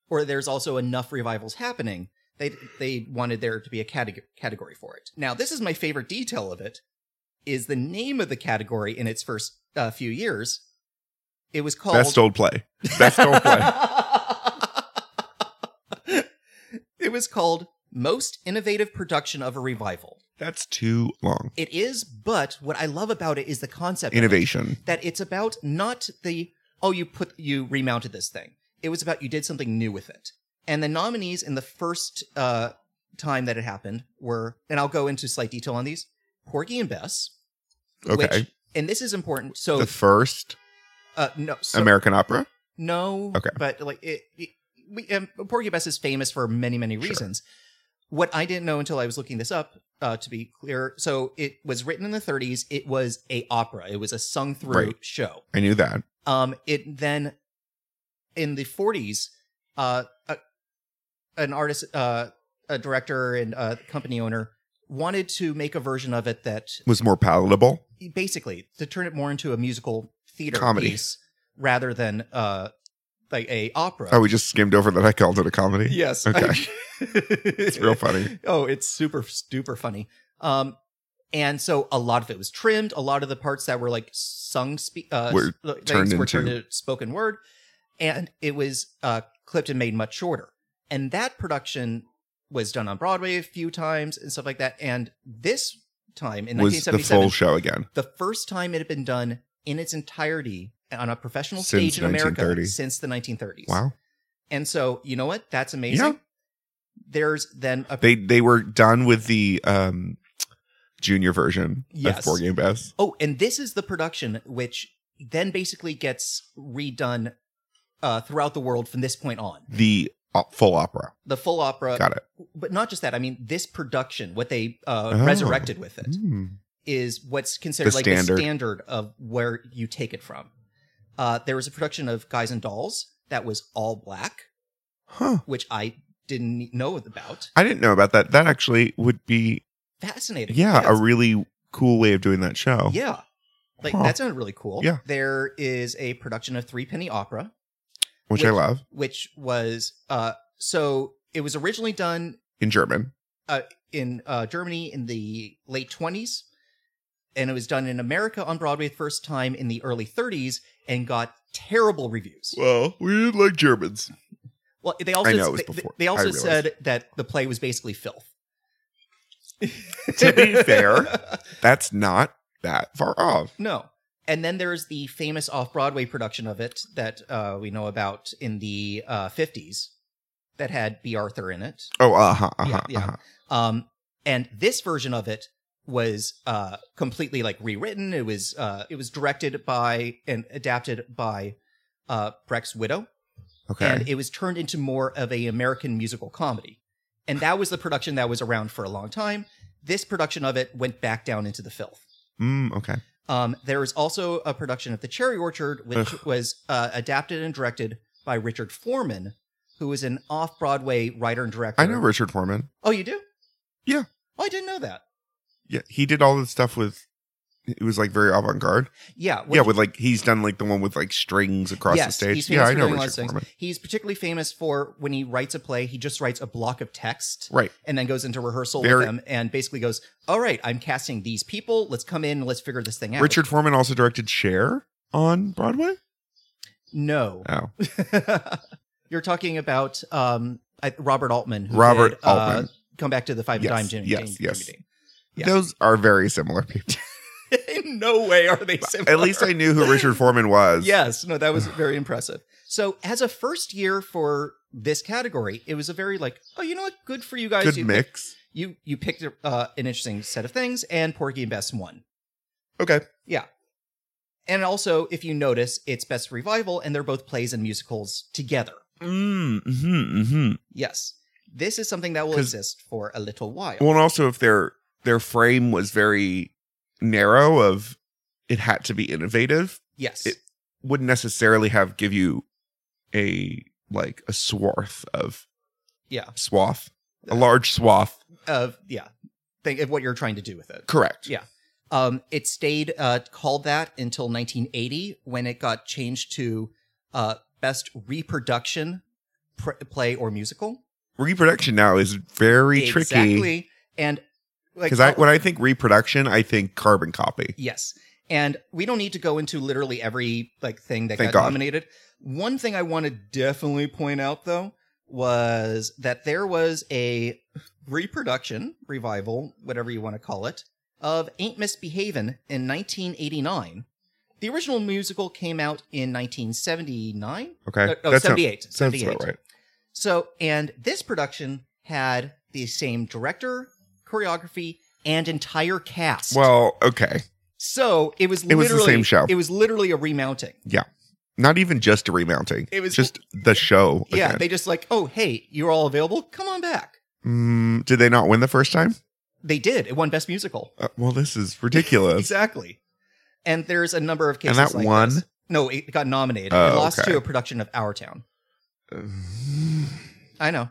[SPEAKER 1] or there's also enough revivals happening. They they wanted there to be a categ- category for it. Now, this is my favorite detail of it: is the name of the category in its first uh, few years. It was called
[SPEAKER 2] Best old play. Best old play.
[SPEAKER 1] it was called most innovative production of a revival.
[SPEAKER 2] That's too long.
[SPEAKER 1] It is, but what I love about it is the concept of it.
[SPEAKER 2] Innovation.
[SPEAKER 1] that it's about not the oh you put you remounted this thing. It was about you did something new with it. And the nominees in the first uh, time that it happened were, and I'll go into slight detail on these: Porgy and Bess.
[SPEAKER 2] Okay.
[SPEAKER 1] Which, and this is important. So
[SPEAKER 2] the first
[SPEAKER 1] uh, no, so,
[SPEAKER 2] American opera.
[SPEAKER 1] no.
[SPEAKER 2] Okay.
[SPEAKER 1] But like it, it we, um, Porgy and Bess is famous for many many
[SPEAKER 2] Sure.
[SPEAKER 1] reasons. What I didn't know until I was looking this up, uh, to be clear, so it was written in the 30s. It was a opera. It was a sung through
[SPEAKER 2] Right.
[SPEAKER 1] show.
[SPEAKER 2] I knew that.
[SPEAKER 1] Um, it then in the 40s, uh, a, an artist, uh, a director, and uh company owner wanted to make a version of it that
[SPEAKER 2] Was more palatable.
[SPEAKER 1] basically to turn it more into a musical theater
[SPEAKER 2] Comedy.
[SPEAKER 1] piece rather than uh, like a opera.
[SPEAKER 2] Oh, we just skimmed over that. I called it a comedy.
[SPEAKER 1] yes.
[SPEAKER 2] Okay.
[SPEAKER 1] it's
[SPEAKER 2] real funny.
[SPEAKER 1] Oh, it's super super funny. Um, and so a lot of it was trimmed. A lot of the parts that were like sung, spe- uh,
[SPEAKER 2] Were
[SPEAKER 1] s- things
[SPEAKER 2] turned
[SPEAKER 1] were turned
[SPEAKER 2] into-
[SPEAKER 1] to spoken word, and it was uh, clipped and made much shorter. And that production was done on Broadway a few times and stuff like that. And this time in
[SPEAKER 2] was the full
[SPEAKER 1] 1977,
[SPEAKER 2] show again?
[SPEAKER 1] the first time it had been done in its entirety on a professional
[SPEAKER 2] Since
[SPEAKER 1] stage in America
[SPEAKER 2] 1930.
[SPEAKER 1] since the 1930s.
[SPEAKER 2] Wow.
[SPEAKER 1] And so, you know what? That's amazing.
[SPEAKER 2] Yeah.
[SPEAKER 1] There's then a
[SPEAKER 2] They they were done with the um junior version
[SPEAKER 1] Yes.
[SPEAKER 2] of Board Game Bass.
[SPEAKER 1] Oh, and this is the production which then basically gets redone uh, throughout the world from this point on.
[SPEAKER 2] The op- full opera.
[SPEAKER 1] The full opera,
[SPEAKER 2] Got it.
[SPEAKER 1] but not just that. I mean, this production, what they uh,
[SPEAKER 2] Oh.
[SPEAKER 1] resurrected with it, is
[SPEAKER 2] Hmm.
[SPEAKER 1] what's considered
[SPEAKER 2] The
[SPEAKER 1] like
[SPEAKER 2] standard.
[SPEAKER 1] the standard of where you take it from. Uh, there was a production of Guys and Dolls that was all black,
[SPEAKER 2] Huh.
[SPEAKER 1] which I didn't know about.
[SPEAKER 2] I didn't know about that. That actually would be
[SPEAKER 1] Fascinating.
[SPEAKER 2] yeah, a
[SPEAKER 1] Yes.
[SPEAKER 2] really cool way of doing that show.
[SPEAKER 1] Yeah. Like
[SPEAKER 2] Oh. Huh.
[SPEAKER 1] that sounded really cool.
[SPEAKER 2] Yeah.
[SPEAKER 1] There is a production of Three Penny Opera,
[SPEAKER 2] which, I
[SPEAKER 1] which-
[SPEAKER 2] love
[SPEAKER 1] which was uh so it was originally done
[SPEAKER 2] in German.
[SPEAKER 1] in uh Germany in the late 20s and it was done in America on Broadway the first time in the early 30s and got terrible reviews.
[SPEAKER 2] Well, we didn't like Germans.
[SPEAKER 1] Well, they also
[SPEAKER 2] I know it was
[SPEAKER 1] they,
[SPEAKER 2] before.
[SPEAKER 1] they
[SPEAKER 2] I
[SPEAKER 1] also
[SPEAKER 2] realized.
[SPEAKER 1] said that the play was basically filth.
[SPEAKER 2] To be fair. That's not that far off.
[SPEAKER 1] No. And then there's the famous off Broadway production of it that uh, we know about in the uh, 50s that had B. Arthur in it.
[SPEAKER 2] Oh, uh huh, uh huh,
[SPEAKER 1] Yeah, yeah.
[SPEAKER 2] uh huh.
[SPEAKER 1] Um, and this version of it was uh, completely like rewritten. It was uh, it was directed by and adapted by uh, Breck's widow,
[SPEAKER 2] Okay.
[SPEAKER 1] and it was turned into more of a American musical comedy. And that was the production that was around for a long time. This production of it went back down into the filth.
[SPEAKER 2] mm, okay.
[SPEAKER 1] Um, there was also a production of The Cherry Orchard, which was uh, adapted and directed by Richard Foreman, who is an off Broadway writer and director.
[SPEAKER 2] I know Richard Foreman.
[SPEAKER 1] Oh, you do?
[SPEAKER 2] Yeah.
[SPEAKER 1] Oh, I didn't know that.
[SPEAKER 2] Yeah, he did all the stuff with. It was like very avant garde.
[SPEAKER 1] Yeah.
[SPEAKER 2] Yeah, with like he's done like the one with like strings across the
[SPEAKER 1] yes,
[SPEAKER 2] stage.
[SPEAKER 1] He's
[SPEAKER 2] yeah,
[SPEAKER 1] famous
[SPEAKER 2] I
[SPEAKER 1] for
[SPEAKER 2] know
[SPEAKER 1] doing lots
[SPEAKER 2] Richard
[SPEAKER 1] of things.
[SPEAKER 2] Foreman.
[SPEAKER 1] He's particularly famous for when he writes a play, he just writes a block of text
[SPEAKER 2] Right.
[SPEAKER 1] and then goes into rehearsal
[SPEAKER 2] Very-
[SPEAKER 1] with them and basically goes, All right, I'm casting these people. Let's come in and let's figure this thing out.
[SPEAKER 2] Richard Foreman also directed Cher on Broadway.
[SPEAKER 1] No.
[SPEAKER 2] Oh,
[SPEAKER 1] You're talking about um, I- Robert Altman. who
[SPEAKER 2] Robert
[SPEAKER 1] did, uh,
[SPEAKER 2] Altman.
[SPEAKER 1] come back to the five
[SPEAKER 2] Yes,
[SPEAKER 1] and dime Jimmy.
[SPEAKER 2] yes,
[SPEAKER 1] Jimmy-
[SPEAKER 2] yes.
[SPEAKER 1] Jimmy Yeah.
[SPEAKER 2] those are very similar people.
[SPEAKER 1] Dean. In no way are they similar.
[SPEAKER 2] At least I knew who Richard Foreman was.
[SPEAKER 1] Yes, no, that was very impressive. So, as a first year for this category, it was a very like, oh, you know what? Good for you guys.
[SPEAKER 2] good
[SPEAKER 1] you
[SPEAKER 2] mix.
[SPEAKER 1] picked- you you picked uh, an interesting set of things, and Porky and Bess won.
[SPEAKER 2] Okay,
[SPEAKER 1] And also, if you notice, it's Best Revival, and they're both plays and musicals together.
[SPEAKER 2] mm,
[SPEAKER 1] mm-hmm,
[SPEAKER 2] hmm hmm
[SPEAKER 1] Yes, this is something that will
[SPEAKER 2] 'Cause-
[SPEAKER 1] exist for a little while.
[SPEAKER 2] Well, and also if their their frame was very narrow, of it had to be innovative,
[SPEAKER 1] yes.
[SPEAKER 2] it- wouldn't necessarily have give you a like a swath of
[SPEAKER 1] yeah.
[SPEAKER 2] swath, a large swath.
[SPEAKER 1] Of yeah. Think of what you're trying to do with it.
[SPEAKER 2] Correct.
[SPEAKER 1] Yeah. Um, it stayed uh, called that until 1980 when it got changed to uh, Best Reproduction pr- Play or Musical.
[SPEAKER 2] Reproduction now is very tricky
[SPEAKER 1] Exactly. And like, oh.
[SPEAKER 2] because I, when I think reproduction, I think carbon copy.
[SPEAKER 1] yes. And we don't need to go into literally every like thing that
[SPEAKER 2] Thank
[SPEAKER 1] got
[SPEAKER 2] God.
[SPEAKER 1] nominated. One thing I want to definitely point out though was that there was a reproduction, revival, whatever you want to call it, of Ain't Misbehavin' in 1989. The original musical came out in 1979.
[SPEAKER 2] Okay,
[SPEAKER 1] Uh, oh,
[SPEAKER 2] That sound-
[SPEAKER 1] 78.
[SPEAKER 2] sounds about
[SPEAKER 1] 78.
[SPEAKER 2] right.
[SPEAKER 1] So, and this production had the same director, choreography, and entire cast.
[SPEAKER 2] Well, okay,
[SPEAKER 1] So it was
[SPEAKER 2] It was the
[SPEAKER 1] literally-
[SPEAKER 2] same show.
[SPEAKER 1] It was literally a remounting.
[SPEAKER 2] not even just a remounting.
[SPEAKER 1] It was
[SPEAKER 2] just the show.
[SPEAKER 1] yeah.
[SPEAKER 2] again.
[SPEAKER 1] They just like, oh hey, you're all available. Come on back.
[SPEAKER 2] Mm, did they not win the first time?
[SPEAKER 1] They did. It won best musical.
[SPEAKER 2] Uh, well, this is ridiculous.
[SPEAKER 1] Exactly. And there's a number of
[SPEAKER 2] And
[SPEAKER 1] cases.
[SPEAKER 2] that
[SPEAKER 1] like
[SPEAKER 2] won?
[SPEAKER 1] this. No, it got nominated. it
[SPEAKER 2] Oh,
[SPEAKER 1] lost
[SPEAKER 2] okay.
[SPEAKER 1] to a production of Our Town. I know.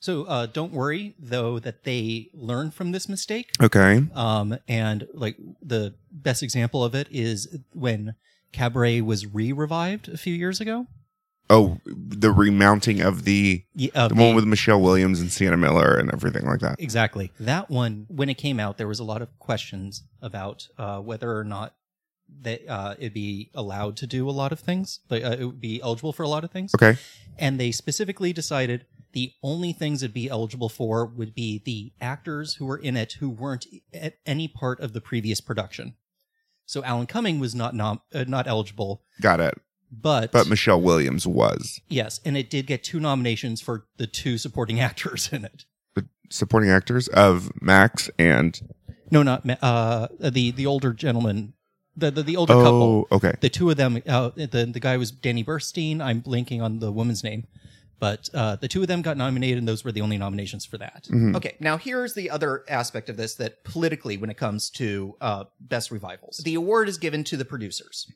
[SPEAKER 3] So uh, don't worry though that they learn from this mistake.
[SPEAKER 2] okay.
[SPEAKER 3] Um, and like the best example of it is when Cabaret was re-revived a few years ago.
[SPEAKER 2] Oh, the remounting of the
[SPEAKER 3] Yeah, uh,
[SPEAKER 2] the one
[SPEAKER 3] the-
[SPEAKER 2] with Michelle Williams and Sienna Miller and everything like that.
[SPEAKER 3] Exactly. That one, when it came out, there was a lot of questions about uh, whether or not that uh, it'd be allowed to do a lot of things. Like, uh, it would be eligible for a lot of things.
[SPEAKER 2] Okay.
[SPEAKER 3] And they specifically decided the only things it'd be eligible for would be the actors who were in it who weren't e, at any part of the previous production. So Alan Cumming was not nom- uh, not eligible,
[SPEAKER 2] Got it.
[SPEAKER 3] but,
[SPEAKER 2] But Michelle Williams was
[SPEAKER 3] yes, and it did get two nominations for the two supporting actors in it.
[SPEAKER 2] supporting actors of Max and
[SPEAKER 3] No, not ma- uh the the older gentleman, the the, the older
[SPEAKER 2] oh,
[SPEAKER 3] couple.
[SPEAKER 2] okay.
[SPEAKER 3] The two of them. Uh, the the guy was Danny Burstein. I'm blanking on the woman's name, but uh, the two of them got nominated, and those were the only nominations for that.
[SPEAKER 2] Mhm.
[SPEAKER 1] Okay, now here's the other aspect of this that politically, when it comes to uh, best revivals, the award is given to the producers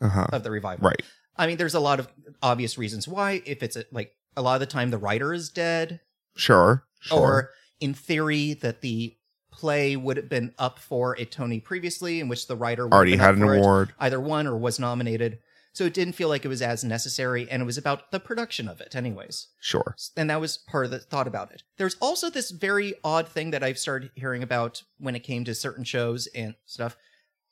[SPEAKER 2] Uh-huh.
[SPEAKER 1] of the revival.
[SPEAKER 2] Right.
[SPEAKER 1] I mean, there's a lot of obvious reasons why. If it's a, like a lot of the time the writer is dead,
[SPEAKER 2] Sure. Sure.
[SPEAKER 1] or in theory that the play would have been up for a Tony previously, in which the writer would have
[SPEAKER 2] Already
[SPEAKER 1] been
[SPEAKER 2] had
[SPEAKER 1] up
[SPEAKER 2] an
[SPEAKER 1] for it,
[SPEAKER 2] award.
[SPEAKER 1] either won or was nominated. So it didn't feel like it was as necessary, and it was about the production of it, anyways.
[SPEAKER 2] Sure.
[SPEAKER 1] And that was part of the thought about it. There's also this very odd thing that I've started hearing about when it came to certain shows and stuff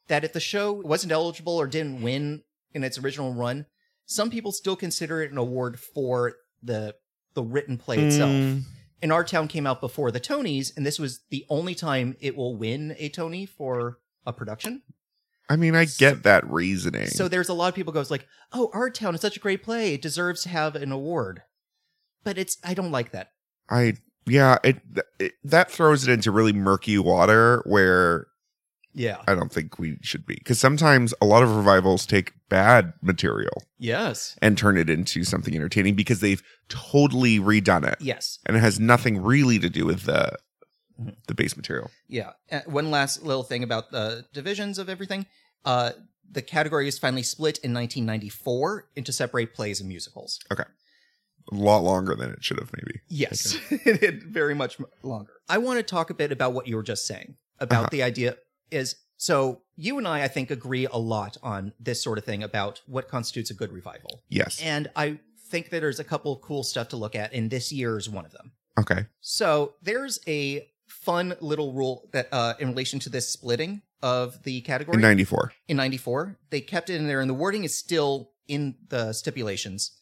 [SPEAKER 1] that if the show wasn't eligible or didn't win in its original run, some people still consider it an award for the the written play itself.
[SPEAKER 2] Mm,
[SPEAKER 1] And Our Town came out before the Tonys, and this was the only time it will win a Tony for a production.
[SPEAKER 2] I mean, I get that reasoning.
[SPEAKER 1] So there's a lot of people goes like, "Oh, Our Town is such a great play; it deserves to have an award." But it's I don't like that.
[SPEAKER 2] I yeah, it, th- it that throws it into really murky water where
[SPEAKER 1] Yeah.
[SPEAKER 2] I don't think we should be because sometimes a lot of revivals take bad material
[SPEAKER 1] Yes.
[SPEAKER 2] and turn it into something entertaining because they've totally redone it
[SPEAKER 1] Yes.
[SPEAKER 2] and it has nothing really to do with the
[SPEAKER 1] Mhm.
[SPEAKER 2] the base material.
[SPEAKER 1] Yeah. Uh, one last little thing about the divisions of everything. Uh, the category is finally split in 1994 into separate plays and musicals.
[SPEAKER 2] A lot longer than it should have maybe.
[SPEAKER 1] Yes, it had very much m- longer. I want to talk a bit about what you were just saying about
[SPEAKER 2] Uh-huh.
[SPEAKER 1] the idea is so you and I I think agree a lot on this sort of thing about what constitutes a good revival.
[SPEAKER 2] Yes.
[SPEAKER 1] And I think that there's a couple of cool stuff to look at and this year is one of them.
[SPEAKER 2] Okay.
[SPEAKER 1] So there's a fun little rule that uh in relation to this splitting of the category
[SPEAKER 2] In 94.
[SPEAKER 1] in 94. They kept it in there, and the wording is still in the stipulations.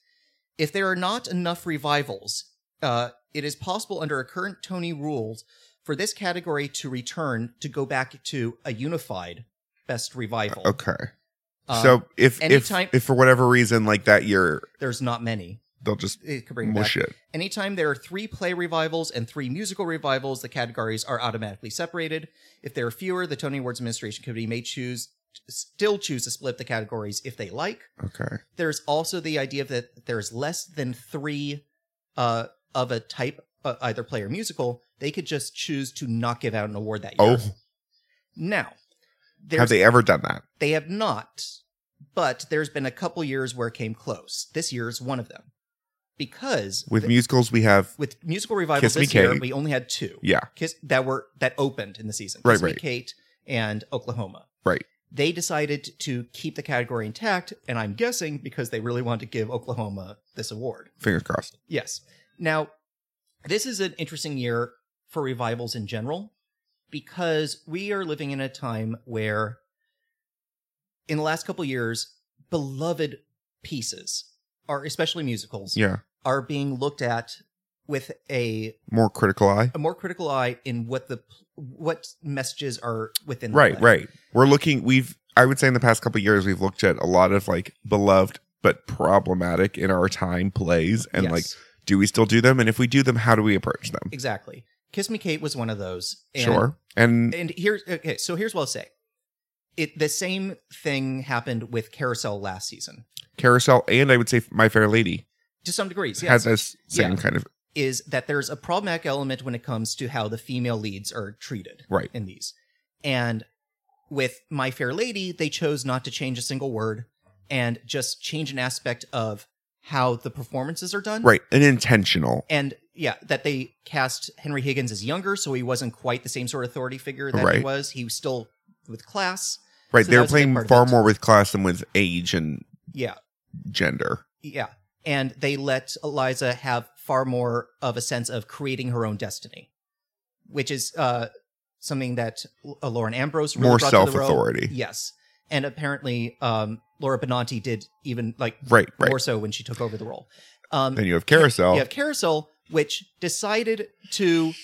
[SPEAKER 1] If there are not enough revivals, uh, it is possible under our current Tony rules for this category to return to go back to a unified best revival.
[SPEAKER 2] Okay.
[SPEAKER 1] Uh,
[SPEAKER 2] so if if
[SPEAKER 1] anytime-
[SPEAKER 2] if for whatever reason like that year
[SPEAKER 1] there's not many.
[SPEAKER 2] they'll just
[SPEAKER 1] It could bring it back.
[SPEAKER 2] mush it.
[SPEAKER 1] Anytime there are three play revivals and three musical revivals, the categories are automatically separated. If there are fewer, the Tony Awards Administration Committee may choose still choose to split the categories if they like.
[SPEAKER 2] Okay.
[SPEAKER 1] there's also the idea that there's less than three uh, of a type, uh, either play or musical. They could just choose to not give out an award that year.
[SPEAKER 2] Oh,
[SPEAKER 1] Now,
[SPEAKER 2] have
[SPEAKER 1] there's, they-,
[SPEAKER 2] they ever done that?
[SPEAKER 1] have not, but there's been a couple years where it came close. This year is one of them. Because
[SPEAKER 2] With
[SPEAKER 1] th-
[SPEAKER 2] musicals we have
[SPEAKER 1] with musical revival
[SPEAKER 2] Kiss Me
[SPEAKER 1] this year,
[SPEAKER 2] Kate.
[SPEAKER 1] we only had two
[SPEAKER 2] yeah,
[SPEAKER 1] kiss that were that opened in the season.
[SPEAKER 2] Right,
[SPEAKER 1] Kiss Me
[SPEAKER 2] right.
[SPEAKER 1] Kate and Oklahoma.
[SPEAKER 2] Right.
[SPEAKER 1] They decided to keep the category intact, and I'm guessing because they really wanted to give Oklahoma this award.
[SPEAKER 2] fingers crossed.
[SPEAKER 1] Yes. Now, this is an interesting year for revivals in general because we are living in a time where, in the last couple years, beloved pieces are, especially musicals,
[SPEAKER 2] Yeah.
[SPEAKER 1] are being looked at with a
[SPEAKER 2] More critical eye.
[SPEAKER 1] a more critical eye in what the what messages are within the
[SPEAKER 2] Right,
[SPEAKER 1] play.
[SPEAKER 2] right. We're looking we've I would say in the past couple of years we've looked at a lot of like beloved but problematic in our time plays and
[SPEAKER 1] Yes,
[SPEAKER 2] like do we still do them and if we do them how do we approach them?
[SPEAKER 1] exactly kiss me kate was one of those and,
[SPEAKER 2] sure. And
[SPEAKER 1] and here's okay so here's what i'll say it the same thing happened with carousel last season
[SPEAKER 2] Carousel and I would say My Fair Lady
[SPEAKER 1] to some degrees yes,
[SPEAKER 2] has this same
[SPEAKER 1] Yeah.
[SPEAKER 2] kind of
[SPEAKER 1] is that there's a problematic element when it comes to how the female leads are treated
[SPEAKER 2] right.
[SPEAKER 1] in these and with my fair lady they chose not to change a single word and just change an aspect of how the performances are done
[SPEAKER 2] Right. An intentional.
[SPEAKER 1] and yeah, that they cast Henry Higgins as younger, so he wasn't quite the same sort of authority figure that he
[SPEAKER 2] Right.
[SPEAKER 1] was. He was still with class.
[SPEAKER 2] Right.
[SPEAKER 1] So
[SPEAKER 2] They
[SPEAKER 1] that
[SPEAKER 2] were
[SPEAKER 1] was a big
[SPEAKER 2] playing
[SPEAKER 1] part of
[SPEAKER 2] far
[SPEAKER 1] it.
[SPEAKER 2] more with class than with age and
[SPEAKER 1] Yeah,
[SPEAKER 2] gender.
[SPEAKER 1] yeah. and they let Eliza have far more of a sense of creating her own destiny, which is uh, something that uh, Lauren Ambrose really
[SPEAKER 2] More
[SPEAKER 1] brought to the
[SPEAKER 2] self
[SPEAKER 1] role.
[SPEAKER 2] authority.
[SPEAKER 1] Yes, and apparently um, Laura Benanti did even like
[SPEAKER 2] Right, right.
[SPEAKER 1] more so when she took over the role. Um,
[SPEAKER 2] then you have Carousel.
[SPEAKER 1] you have Carousel, which decided to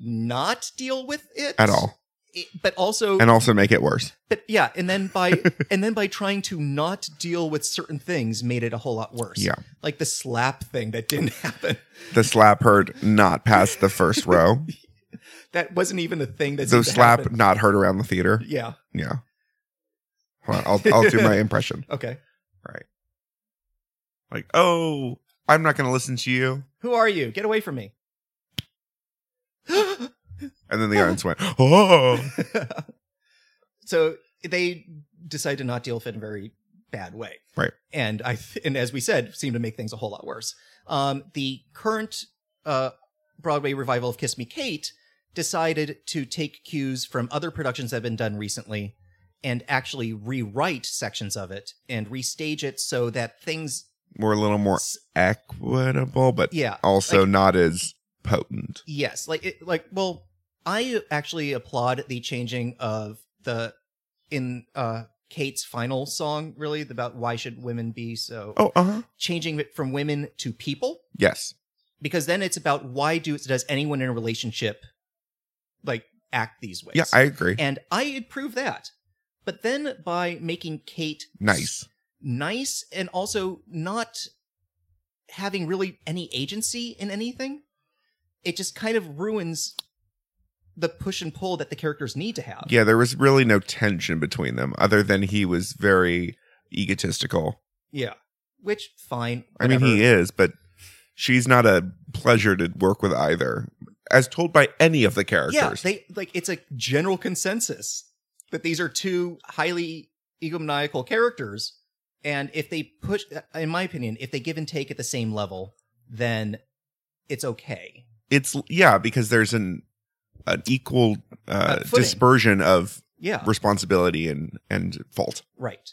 [SPEAKER 1] not deal with it
[SPEAKER 2] at all,
[SPEAKER 1] it- but also
[SPEAKER 2] and also make it worse.
[SPEAKER 1] but yeah and then by and then by trying to not deal with certain things made it a whole lot worse
[SPEAKER 2] Yeah.
[SPEAKER 1] like the slap thing that didn't happen
[SPEAKER 2] The slap heard not past the first row.
[SPEAKER 1] that wasn't even a thing that
[SPEAKER 2] the
[SPEAKER 1] seemed to
[SPEAKER 2] slap
[SPEAKER 1] happen.
[SPEAKER 2] not heard around the theater.
[SPEAKER 1] yeah
[SPEAKER 2] Yeah. Hold on, I'll I'll do my impression.
[SPEAKER 1] okay
[SPEAKER 2] Like, oh, I'm not gonna listen to you.
[SPEAKER 1] who are you get away from me
[SPEAKER 2] And then the audience went, oh.
[SPEAKER 1] so they decide to not deal with it in a very bad way
[SPEAKER 2] Right.
[SPEAKER 1] and i th- and as we said seem to make things a whole lot worse um the current uh broadway revival of kiss me kate decided to take cues from other productions that have been done recently and actually rewrite sections of it and restage it so that things
[SPEAKER 2] We're a little more
[SPEAKER 1] s-
[SPEAKER 2] equitable, but
[SPEAKER 1] yeah
[SPEAKER 2] also
[SPEAKER 1] Like-
[SPEAKER 2] not as potent.
[SPEAKER 1] Yes, like it, like well, I actually applaud the changing of the in uh Kate's final song really about why should women be so
[SPEAKER 2] Oh, uh huh.
[SPEAKER 1] changing it from women to people
[SPEAKER 2] Yes.
[SPEAKER 1] because then it's about why do does anyone in a relationship like act these ways?
[SPEAKER 2] Yeah, I agree.
[SPEAKER 1] and I approve that. But then by making Kate
[SPEAKER 2] nice.
[SPEAKER 1] nice and also not having really any agency in anything. It just kind of ruins the push and pull that the characters need to have.
[SPEAKER 2] Yeah, there was really no tension between them other than he was very egotistical.
[SPEAKER 1] Yeah. Which fine.
[SPEAKER 2] I mean, he
[SPEAKER 1] whatever.
[SPEAKER 2] is, but she's not a pleasure to work with either, as told by any of the
[SPEAKER 1] Yeah,
[SPEAKER 2] characters.
[SPEAKER 1] they like it's a general consensus that these are two highly egomaniacal characters and if they push in my opinion, if they give and take at the same level, then it's okay.
[SPEAKER 2] it's yeah, because there's an an equal uh,
[SPEAKER 1] Uh, footing.
[SPEAKER 2] dispersion of
[SPEAKER 1] Yeah.
[SPEAKER 2] responsibility and and fault.
[SPEAKER 1] Right.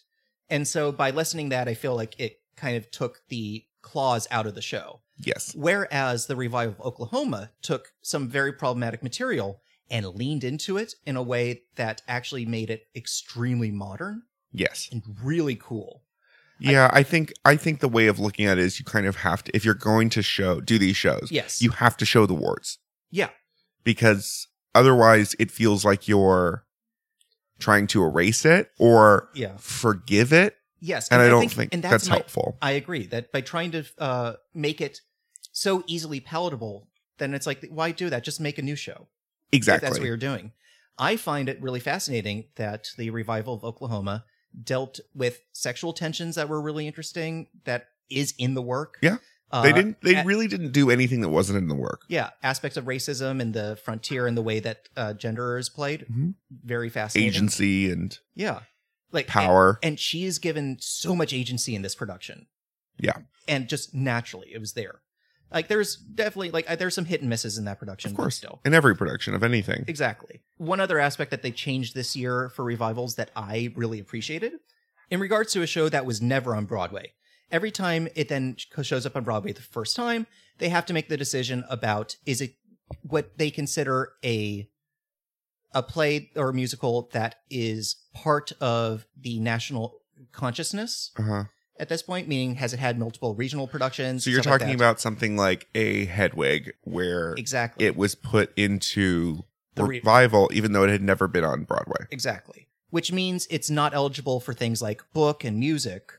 [SPEAKER 1] And so by lessening that, I feel like it kind of took the claws out of the show.
[SPEAKER 2] Yes.
[SPEAKER 1] Whereas the revival of Oklahoma took some very problematic material and leaned into it in a way that actually made it extremely modern
[SPEAKER 2] Yes.
[SPEAKER 1] and really cool.
[SPEAKER 2] Yeah, I think I think the way of looking at it is you kind of have to if you're going to show do these shows,
[SPEAKER 1] Yes.
[SPEAKER 2] you have to show the warts.
[SPEAKER 1] Yeah.
[SPEAKER 2] Because otherwise it feels like you're trying to erase it or
[SPEAKER 1] yeah.
[SPEAKER 2] forgive it.
[SPEAKER 1] Yes.
[SPEAKER 2] And I, don't think,
[SPEAKER 1] and
[SPEAKER 2] that's,
[SPEAKER 1] that's, my,
[SPEAKER 2] helpful.
[SPEAKER 1] I agree that by trying to uh, make it so easily palatable, then it's like, why do that? Just make a new show. if
[SPEAKER 2] Exactly.
[SPEAKER 1] that's what you're doing. I find it really fascinating that the revival of Oklahoma dealt with sexual tensions that were really interesting. That is in the work.
[SPEAKER 2] Yeah.
[SPEAKER 1] Uh,
[SPEAKER 2] they didn't they
[SPEAKER 1] a-
[SPEAKER 2] really didn't do anything that wasn't in the work.
[SPEAKER 1] Yeah, aspects of racism and the frontier and the way that uh, gender is played.
[SPEAKER 2] Mhm.
[SPEAKER 1] Very fascinating.
[SPEAKER 2] Agency and
[SPEAKER 1] Yeah. Like And,
[SPEAKER 2] power.
[SPEAKER 1] and she is given so much agency in this production.
[SPEAKER 2] Yeah.
[SPEAKER 1] And just naturally, it was there. Like there's definitely like I- there's some hit and misses in that production.
[SPEAKER 2] Of
[SPEAKER 1] but
[SPEAKER 2] course.
[SPEAKER 1] still.
[SPEAKER 2] in every production of anything.
[SPEAKER 1] Exactly. One other aspect that they changed this year for revivals that I really appreciated in regards to a show that was never on Broadway. Every time it then sh- shows up on Broadway the first time, they have to make the decision about is it what they consider a a play or a musical that is part of the national consciousness
[SPEAKER 2] Uh-huh.
[SPEAKER 1] at this point, meaning has it had multiple regional productions?
[SPEAKER 2] So you're
[SPEAKER 1] stuff like
[SPEAKER 2] talking
[SPEAKER 1] that.
[SPEAKER 2] about something like a Hedwig where
[SPEAKER 1] exactly
[SPEAKER 2] it was put into
[SPEAKER 1] The re-
[SPEAKER 2] revival, even though it had never been on Broadway.
[SPEAKER 1] Exactly. Which means it's not eligible for things like book and music,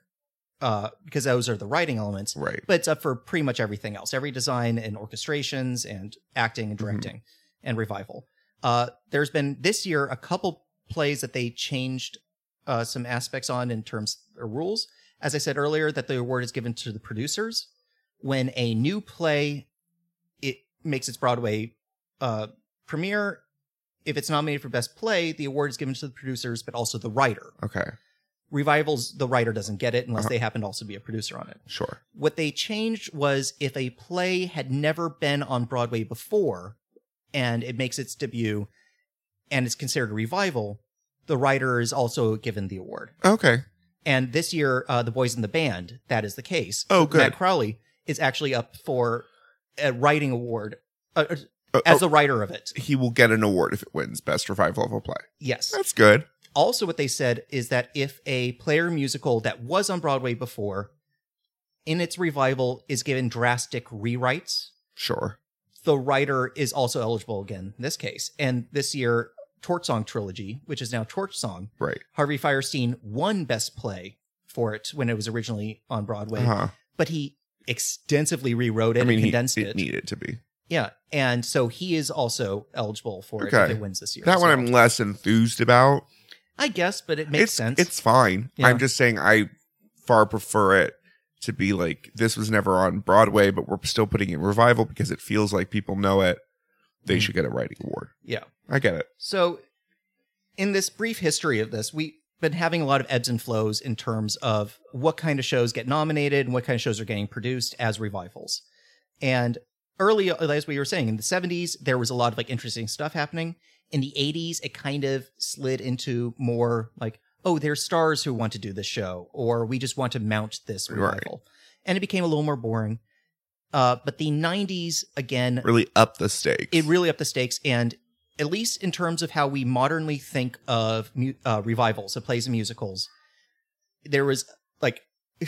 [SPEAKER 1] uh, because those are the writing elements,
[SPEAKER 2] Right.
[SPEAKER 1] but it's up for pretty much everything else every design and orchestrations and acting and
[SPEAKER 2] Mhm.
[SPEAKER 1] directing and revival. Uh, there's been this year a couple plays that they changed uh, some aspects on in terms of rules. As I said earlier, that the award is given to the producers when a new play it makes its Broadway uh, premiere. If it's nominated for best play, the award is given to the producers, but also the writer.
[SPEAKER 2] Okay.
[SPEAKER 1] Revivals, the writer doesn't get it unless
[SPEAKER 2] Uh-huh.
[SPEAKER 1] they happen to also be a producer on it
[SPEAKER 2] Sure.
[SPEAKER 1] what they changed was if a play had never been on Broadway before and it makes its debut and it's considered a revival, the writer is also given the award.
[SPEAKER 2] Okay.
[SPEAKER 1] And this year, uh, The Boys in the Band, that is the case.
[SPEAKER 2] Oh, good.
[SPEAKER 1] Matt Crowley is actually up for a writing award uh, uh,
[SPEAKER 2] Oh,
[SPEAKER 1] as
[SPEAKER 2] oh,
[SPEAKER 1] the writer of it.
[SPEAKER 2] he will get an award if it wins best revival level play.
[SPEAKER 1] Yes.
[SPEAKER 2] That's good.
[SPEAKER 1] also what they said is that if a player musical that was on Broadway before in its revival is given drastic rewrites,
[SPEAKER 2] Sure.
[SPEAKER 1] the writer is also eligible again in this case. And this year, Torch Song Trilogy, which is now Torch Song,
[SPEAKER 2] Right.
[SPEAKER 1] Harvey Firestein won Best Play for it when it was originally on Broadway,
[SPEAKER 2] Uh-huh.
[SPEAKER 1] but he extensively rewrote it
[SPEAKER 2] I mean,
[SPEAKER 1] and
[SPEAKER 2] he,
[SPEAKER 1] condensed
[SPEAKER 2] it
[SPEAKER 1] it.
[SPEAKER 2] needed to be.
[SPEAKER 1] Yeah. And so he is also eligible for it
[SPEAKER 2] Okay.
[SPEAKER 1] if it wins this year.
[SPEAKER 2] That
[SPEAKER 1] as
[SPEAKER 2] one
[SPEAKER 1] well.
[SPEAKER 2] I'm less enthused about.
[SPEAKER 1] I guess, but it makes
[SPEAKER 2] it's,
[SPEAKER 1] sense.
[SPEAKER 2] It's fine.
[SPEAKER 1] Yeah.
[SPEAKER 2] I'm just saying I far prefer it to be like this was never on Broadway, but we're still putting in revival because it feels like people know it. They
[SPEAKER 1] Mm.
[SPEAKER 2] should get a writing award.
[SPEAKER 1] Yeah.
[SPEAKER 2] I get it.
[SPEAKER 1] So, in this brief history of this, we've been having a lot of ebbs and flows in terms of what kind of shows get nominated and what kind of shows are getting produced as revivals. And early, as we were saying, in the 70s, there was a lot of like interesting stuff happening. In the 80s, it kind of slid into more like, oh, there's stars who want to do this show, or we just want to mount this
[SPEAKER 2] Right.
[SPEAKER 1] revival. And it became a little more boring. Uh, but the 90s, again,
[SPEAKER 2] Really up the stakes.
[SPEAKER 1] it really upped the stakes and at least in terms of how we modernly think of mu- uh, revivals of plays and musicals there was like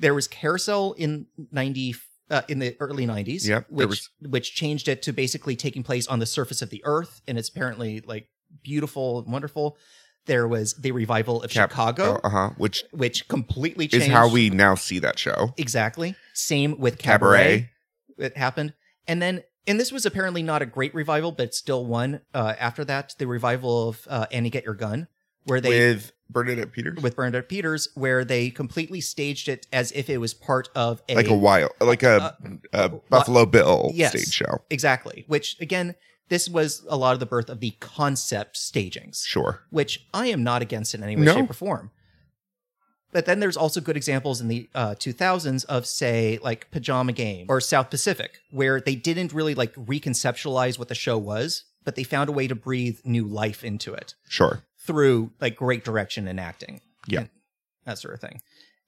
[SPEAKER 1] there was carousel in 90 uh, in the early 90s
[SPEAKER 2] Yep, there
[SPEAKER 1] which which changed it to basically taking place on the surface of the earth and it's apparently like beautiful and wonderful there was the revival of
[SPEAKER 2] Cap-
[SPEAKER 1] chicago
[SPEAKER 2] uh huh. Which
[SPEAKER 1] which completely changed
[SPEAKER 2] is how we now see that show.
[SPEAKER 1] exactly same with cabaret
[SPEAKER 2] Cabaret.
[SPEAKER 1] it happened. And then, and this was apparently not a great revival, but still one. Uh, after that, the revival of uh, Annie Get Your Gun, where they,
[SPEAKER 2] with Bernadette Peters.
[SPEAKER 1] with, Bernadette Peters, where they completely staged it as if it was part of a. Uh,
[SPEAKER 2] like a wild like a, a Buffalo Bill
[SPEAKER 1] Yes.
[SPEAKER 2] stage show.
[SPEAKER 1] exactly. Which, again, this was a lot of the birth of the concept stagings.
[SPEAKER 2] Sure.
[SPEAKER 1] which I am not against in any way,
[SPEAKER 2] No.
[SPEAKER 1] shape, or form. But then there's also good examples in the uh, 2000s of, say, like Pajama Game or South Pacific, where they didn't really like reconceptualize what the show was, but they found a way to breathe new life into it
[SPEAKER 2] Sure.
[SPEAKER 1] through like great direction and acting.
[SPEAKER 2] Yeah.
[SPEAKER 1] And that sort of thing.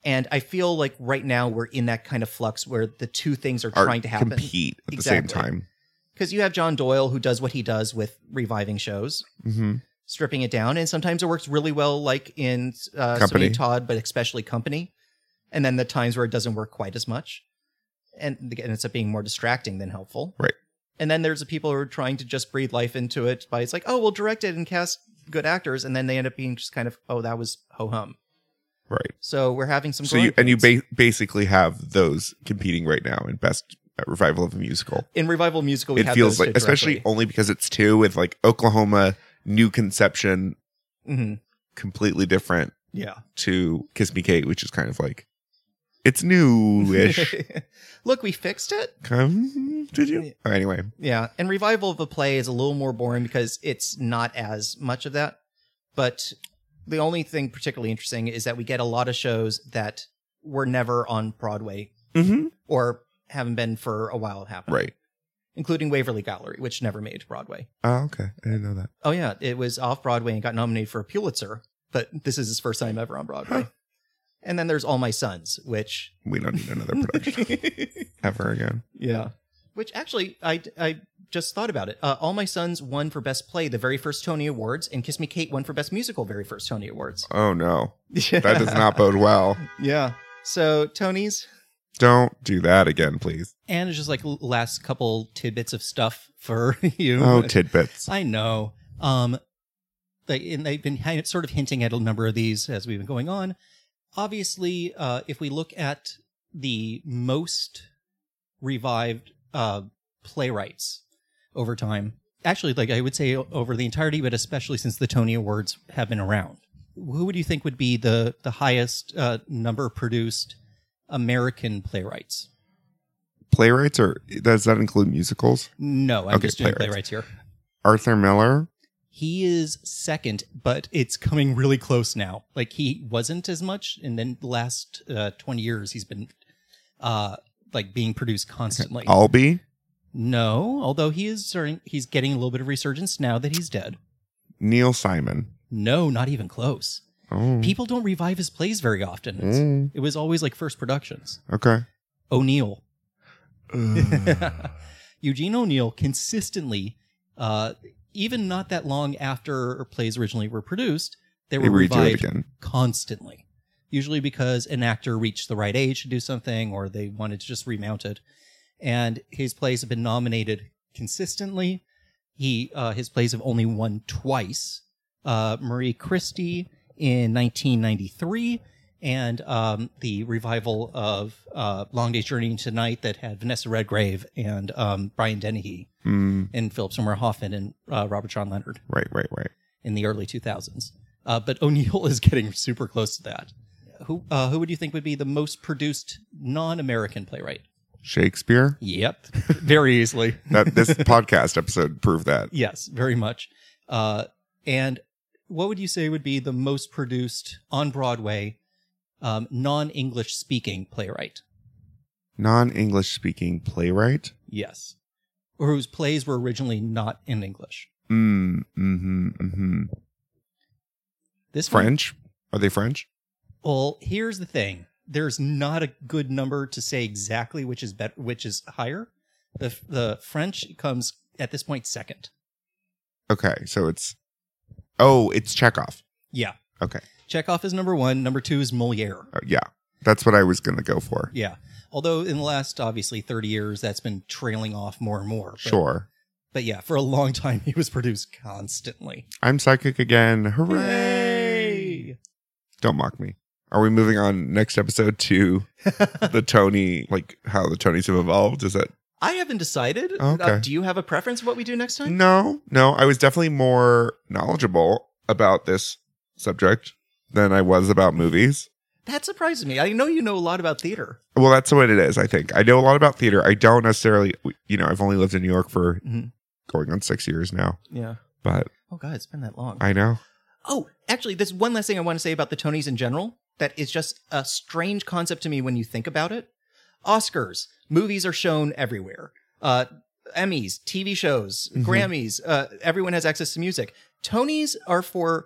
[SPEAKER 1] And I feel like right now we're in that kind of flux where the two things are,
[SPEAKER 2] Are
[SPEAKER 1] trying to happen.
[SPEAKER 2] compete at the
[SPEAKER 1] Exactly.
[SPEAKER 2] same time.
[SPEAKER 1] Because you have John Doyle who does what he does with reviving shows
[SPEAKER 2] hmm
[SPEAKER 1] stripping it down and sometimes it works really well like in uh
[SPEAKER 2] Company.
[SPEAKER 1] company. todd but especially company and then the times where it doesn't work quite as much and again it's up being more distracting than helpful
[SPEAKER 2] Right.
[SPEAKER 1] and then there's the people who are trying to just breathe life into it by it's like oh we'll direct it and cast good actors and then they end up being just kind of oh that was ho-hum
[SPEAKER 2] Right.
[SPEAKER 1] so we're having some
[SPEAKER 2] So you
[SPEAKER 1] growing
[SPEAKER 2] and you
[SPEAKER 1] pains.
[SPEAKER 2] ba- basically have those competing right now in best uh, revival of a musical.
[SPEAKER 1] in revival musical we
[SPEAKER 2] it
[SPEAKER 1] have
[SPEAKER 2] feels
[SPEAKER 1] those
[SPEAKER 2] like,
[SPEAKER 1] two
[SPEAKER 2] especially
[SPEAKER 1] directly.
[SPEAKER 2] only because it's two with like Oklahoma, New Conception,
[SPEAKER 1] Mhm.
[SPEAKER 2] completely different
[SPEAKER 1] yeah
[SPEAKER 2] to Kiss Me Kate, which is kind of like it's newish.
[SPEAKER 1] look we fixed it
[SPEAKER 2] Come, did you? Oh, anyway,
[SPEAKER 1] Yeah, and revival of a play is a little more boring because it's not as much of that. But the only thing particularly interesting is that we get a lot of shows that were never on Broadway
[SPEAKER 2] hmm
[SPEAKER 1] or haven't been for a while happen.
[SPEAKER 2] right.
[SPEAKER 1] Including Waverly Gallery, which never made Broadway.
[SPEAKER 2] Oh, okay. I didn't know that.
[SPEAKER 1] Oh yeah, it was off Broadway and got nominated for a Pulitzer, but this is his first time ever on Broadway. and then there's All My Sons, which
[SPEAKER 2] We don't need another production ever again.
[SPEAKER 1] Yeah. Which actually, I, I just thought about it. Uh, All My Sons won for Best Play the very first Tony Awards, and Kiss Me Kate won for Best Musical very first Tony Awards.
[SPEAKER 2] Oh no, that does not bode well.
[SPEAKER 1] yeah. So, Tony's.
[SPEAKER 2] Don't do that again, please.
[SPEAKER 3] And it's just like l- last couple tidbits of stuff for you.
[SPEAKER 2] Oh, tidbits.
[SPEAKER 3] I know. Um, they, and they've been hi- sort of hinting at a number of these as we've been going on. Obviously, uh, if we look at the most revived uh, playwrights over time, actually, like I would say o- over the entirety, but especially since the Tony Awards have been around, who would you think would be the the highest uh, number produced American playwrights?
[SPEAKER 2] Playwrights or does that include musicals?
[SPEAKER 3] No, I'm
[SPEAKER 2] Okay,
[SPEAKER 3] just doing
[SPEAKER 2] playwrights.
[SPEAKER 3] playwrights here.
[SPEAKER 2] Arthur Miller.
[SPEAKER 3] He is second, but it's coming really close now. Like he wasn't as much, and then the last uh, twenty years he's been uh, like being produced constantly.
[SPEAKER 2] Albee.
[SPEAKER 3] no, although he is starting, he's getting a little bit of resurgence now that he's dead.
[SPEAKER 2] Neil Simon.
[SPEAKER 3] No, not even close.
[SPEAKER 2] Oh.
[SPEAKER 3] People don't revive his plays very often. It's-
[SPEAKER 2] Mm.
[SPEAKER 3] It was always like first productions.
[SPEAKER 2] Okay.
[SPEAKER 3] O'Neill,
[SPEAKER 2] Ugh.
[SPEAKER 3] Eugene O'Neill consistently, uh, even not that long after plays originally were produced, they
[SPEAKER 2] they
[SPEAKER 3] were
[SPEAKER 2] redo it
[SPEAKER 3] revived
[SPEAKER 2] again.
[SPEAKER 3] constantly. Usually because an actor reached the right age to do something or they wanted to just remount it. And his plays have been nominated consistently. He uh, his plays have only won twice. Uh, Marie Christie in 1993 and um, the revival of uh, Long Day's Journey into Night that had Vanessa Redgrave and um, Brian Dennehy
[SPEAKER 2] Mm.
[SPEAKER 3] and Philip Seymour Hoffman and uh, Robert John Leonard
[SPEAKER 2] Right, right, right.
[SPEAKER 3] in the early 2000s. Uh, but O'Neill is getting super close to that. Who uh, who would you think would be the most produced non-American playwright?
[SPEAKER 2] Shakespeare.
[SPEAKER 3] Yep, very easily.
[SPEAKER 2] That this podcast episode proved that.
[SPEAKER 3] Yes, very much. Uh, and what would you say would be the most produced on Broadway um, non-English speaking playwright?
[SPEAKER 2] Non-English speaking playwright.
[SPEAKER 3] Yes, or whose plays were originally not in English?
[SPEAKER 2] Mm, mm-hmm, mm-hmm.
[SPEAKER 3] This one-
[SPEAKER 2] French? Are they French?
[SPEAKER 3] Well, here's the thing. There's not a good number to say exactly which is better, which is higher. The the French comes at this point second.
[SPEAKER 2] Okay, so it's oh, it's Chekhov.
[SPEAKER 3] Yeah.
[SPEAKER 2] Okay.
[SPEAKER 3] Chekhov is number one. Number two is Moliere.
[SPEAKER 2] Uh, yeah, that's what I was gonna go for.
[SPEAKER 3] Yeah. Although in the last obviously 30 years, that's been trailing off more and more. But,
[SPEAKER 2] Sure,
[SPEAKER 3] But yeah, for a long time, he was produced constantly.
[SPEAKER 2] I'm psychic again. Hooray! Don't mock me. Are we moving on next episode to the Tony, like how the Tonys have evolved? Is that
[SPEAKER 1] I haven't decided.
[SPEAKER 3] Uh,
[SPEAKER 2] Okay.
[SPEAKER 1] do you have a preference of what we do next time?
[SPEAKER 2] no, no? I was definitely more knowledgeable about this subject than I was about movies.
[SPEAKER 1] That surprises me. I know you know a lot about theater.
[SPEAKER 2] Well, that's what it is. I think I know a lot about theater. I don't necessarily, you know, I've only lived in New York for
[SPEAKER 1] Mhm.
[SPEAKER 2] going on six years now,
[SPEAKER 1] Yeah.
[SPEAKER 2] but
[SPEAKER 1] Oh god, it's been that long.
[SPEAKER 2] I know.
[SPEAKER 1] Oh, actually, there's one last thing I want to say about the Tonys in general that is just a strange concept to me when you think about it. Oscars, movies are shown everywhere. Uh, Emmys, TV shows,
[SPEAKER 2] Mhm.
[SPEAKER 1] Grammys, uh, everyone has access to music. Tonys are for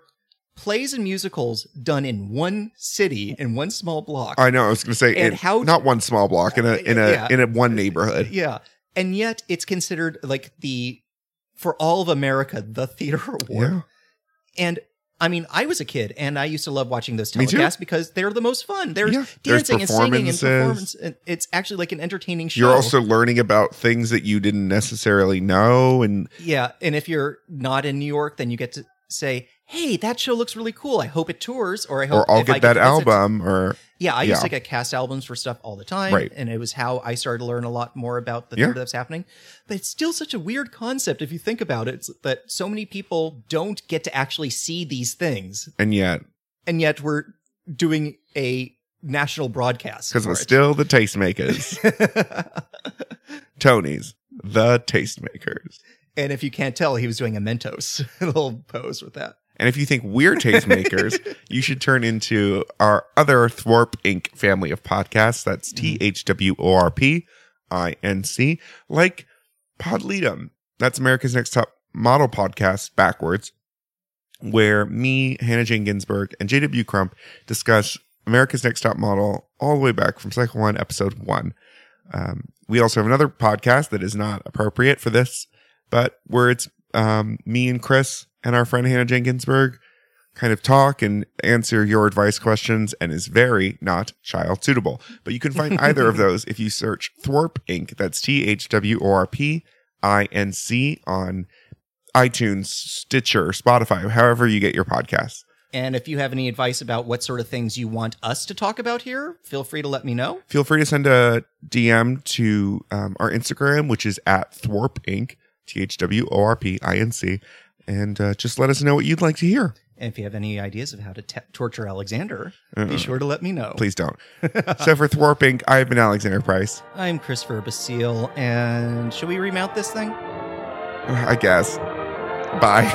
[SPEAKER 1] plays and musicals done in one city, in one small block.
[SPEAKER 2] I know. I was going to say,
[SPEAKER 1] And
[SPEAKER 2] in-
[SPEAKER 1] how-
[SPEAKER 2] not one small block in a in a
[SPEAKER 1] Yeah.
[SPEAKER 2] in a one neighborhood.
[SPEAKER 1] Yeah. And yet it's considered like the, for all of America, the theater award.
[SPEAKER 2] Yeah,
[SPEAKER 1] And I mean, I was a kid and I used to love watching those
[SPEAKER 2] Me too.
[SPEAKER 1] telecasts because they're the most fun. There's
[SPEAKER 2] Yeah. There's
[SPEAKER 1] dancing and singing and
[SPEAKER 2] performances.
[SPEAKER 1] performance. And it's actually like an entertaining show.
[SPEAKER 2] you're also learning about things that you didn't necessarily know, and
[SPEAKER 1] yeah. And if you're not in New York, then you get to say, hey, that show looks really cool. I hope it tours or I hope
[SPEAKER 2] or I'll
[SPEAKER 1] if I
[SPEAKER 2] get that
[SPEAKER 1] to visit-
[SPEAKER 2] album, or
[SPEAKER 1] Yeah. I used
[SPEAKER 2] Yeah.
[SPEAKER 1] to get cast albums for stuff all the time.
[SPEAKER 2] Right.
[SPEAKER 1] And it was how I started to learn a lot more about the
[SPEAKER 2] Yeah.
[SPEAKER 1] theater that's happening. But it's still such a weird concept if you think about it it's that so many people don't get to actually see these things.
[SPEAKER 2] and yet
[SPEAKER 1] and yet we're doing a national broadcast
[SPEAKER 2] because
[SPEAKER 1] for
[SPEAKER 2] we're
[SPEAKER 1] it.
[SPEAKER 2] still the tastemakers, Tonys, the tastemakers.
[SPEAKER 1] and if you can't tell, he was doing a Mentos a little pose with that.
[SPEAKER 2] And if you think we're tastemakers, you should turn into our other Thwarp Inc. family of podcasts. That's T H W O R P I N C, like Podleadum. That's America's Next Top Model podcast backwards, where me, Hannah Jane Ginsburg, and J.W. Crump discuss America's Next Top Model all the way back from Cycle 1, Episode 1. Um, we also have another podcast that is not appropriate for this, but where it's um, me and Chris and our friend Hannah Jane Ginsburg kind of talk and answer your advice questions and is very not child suitable. But you can find either of those if you search Thwarp Inc. That's T H W O R P I N C on iTunes, Stitcher, Spotify, however you get your podcasts.
[SPEAKER 1] And if you have any advice about what sort of things you want us to talk about here, feel free to let me know.
[SPEAKER 2] Feel free to send a DM to um, our Instagram, which is at Thwarp Inc. T H W O R P I N C. And uh, just let us know what you'd like to hear.
[SPEAKER 1] And if you have any ideas of how to te- torture Alexander,
[SPEAKER 2] Uh-uh.
[SPEAKER 1] be sure to let me know.
[SPEAKER 2] Please don't. so for Thwarp Inc., I've been Alexander Price,
[SPEAKER 1] I'm Christopher Basile, and should we remount this thing?
[SPEAKER 2] I guess. Bye.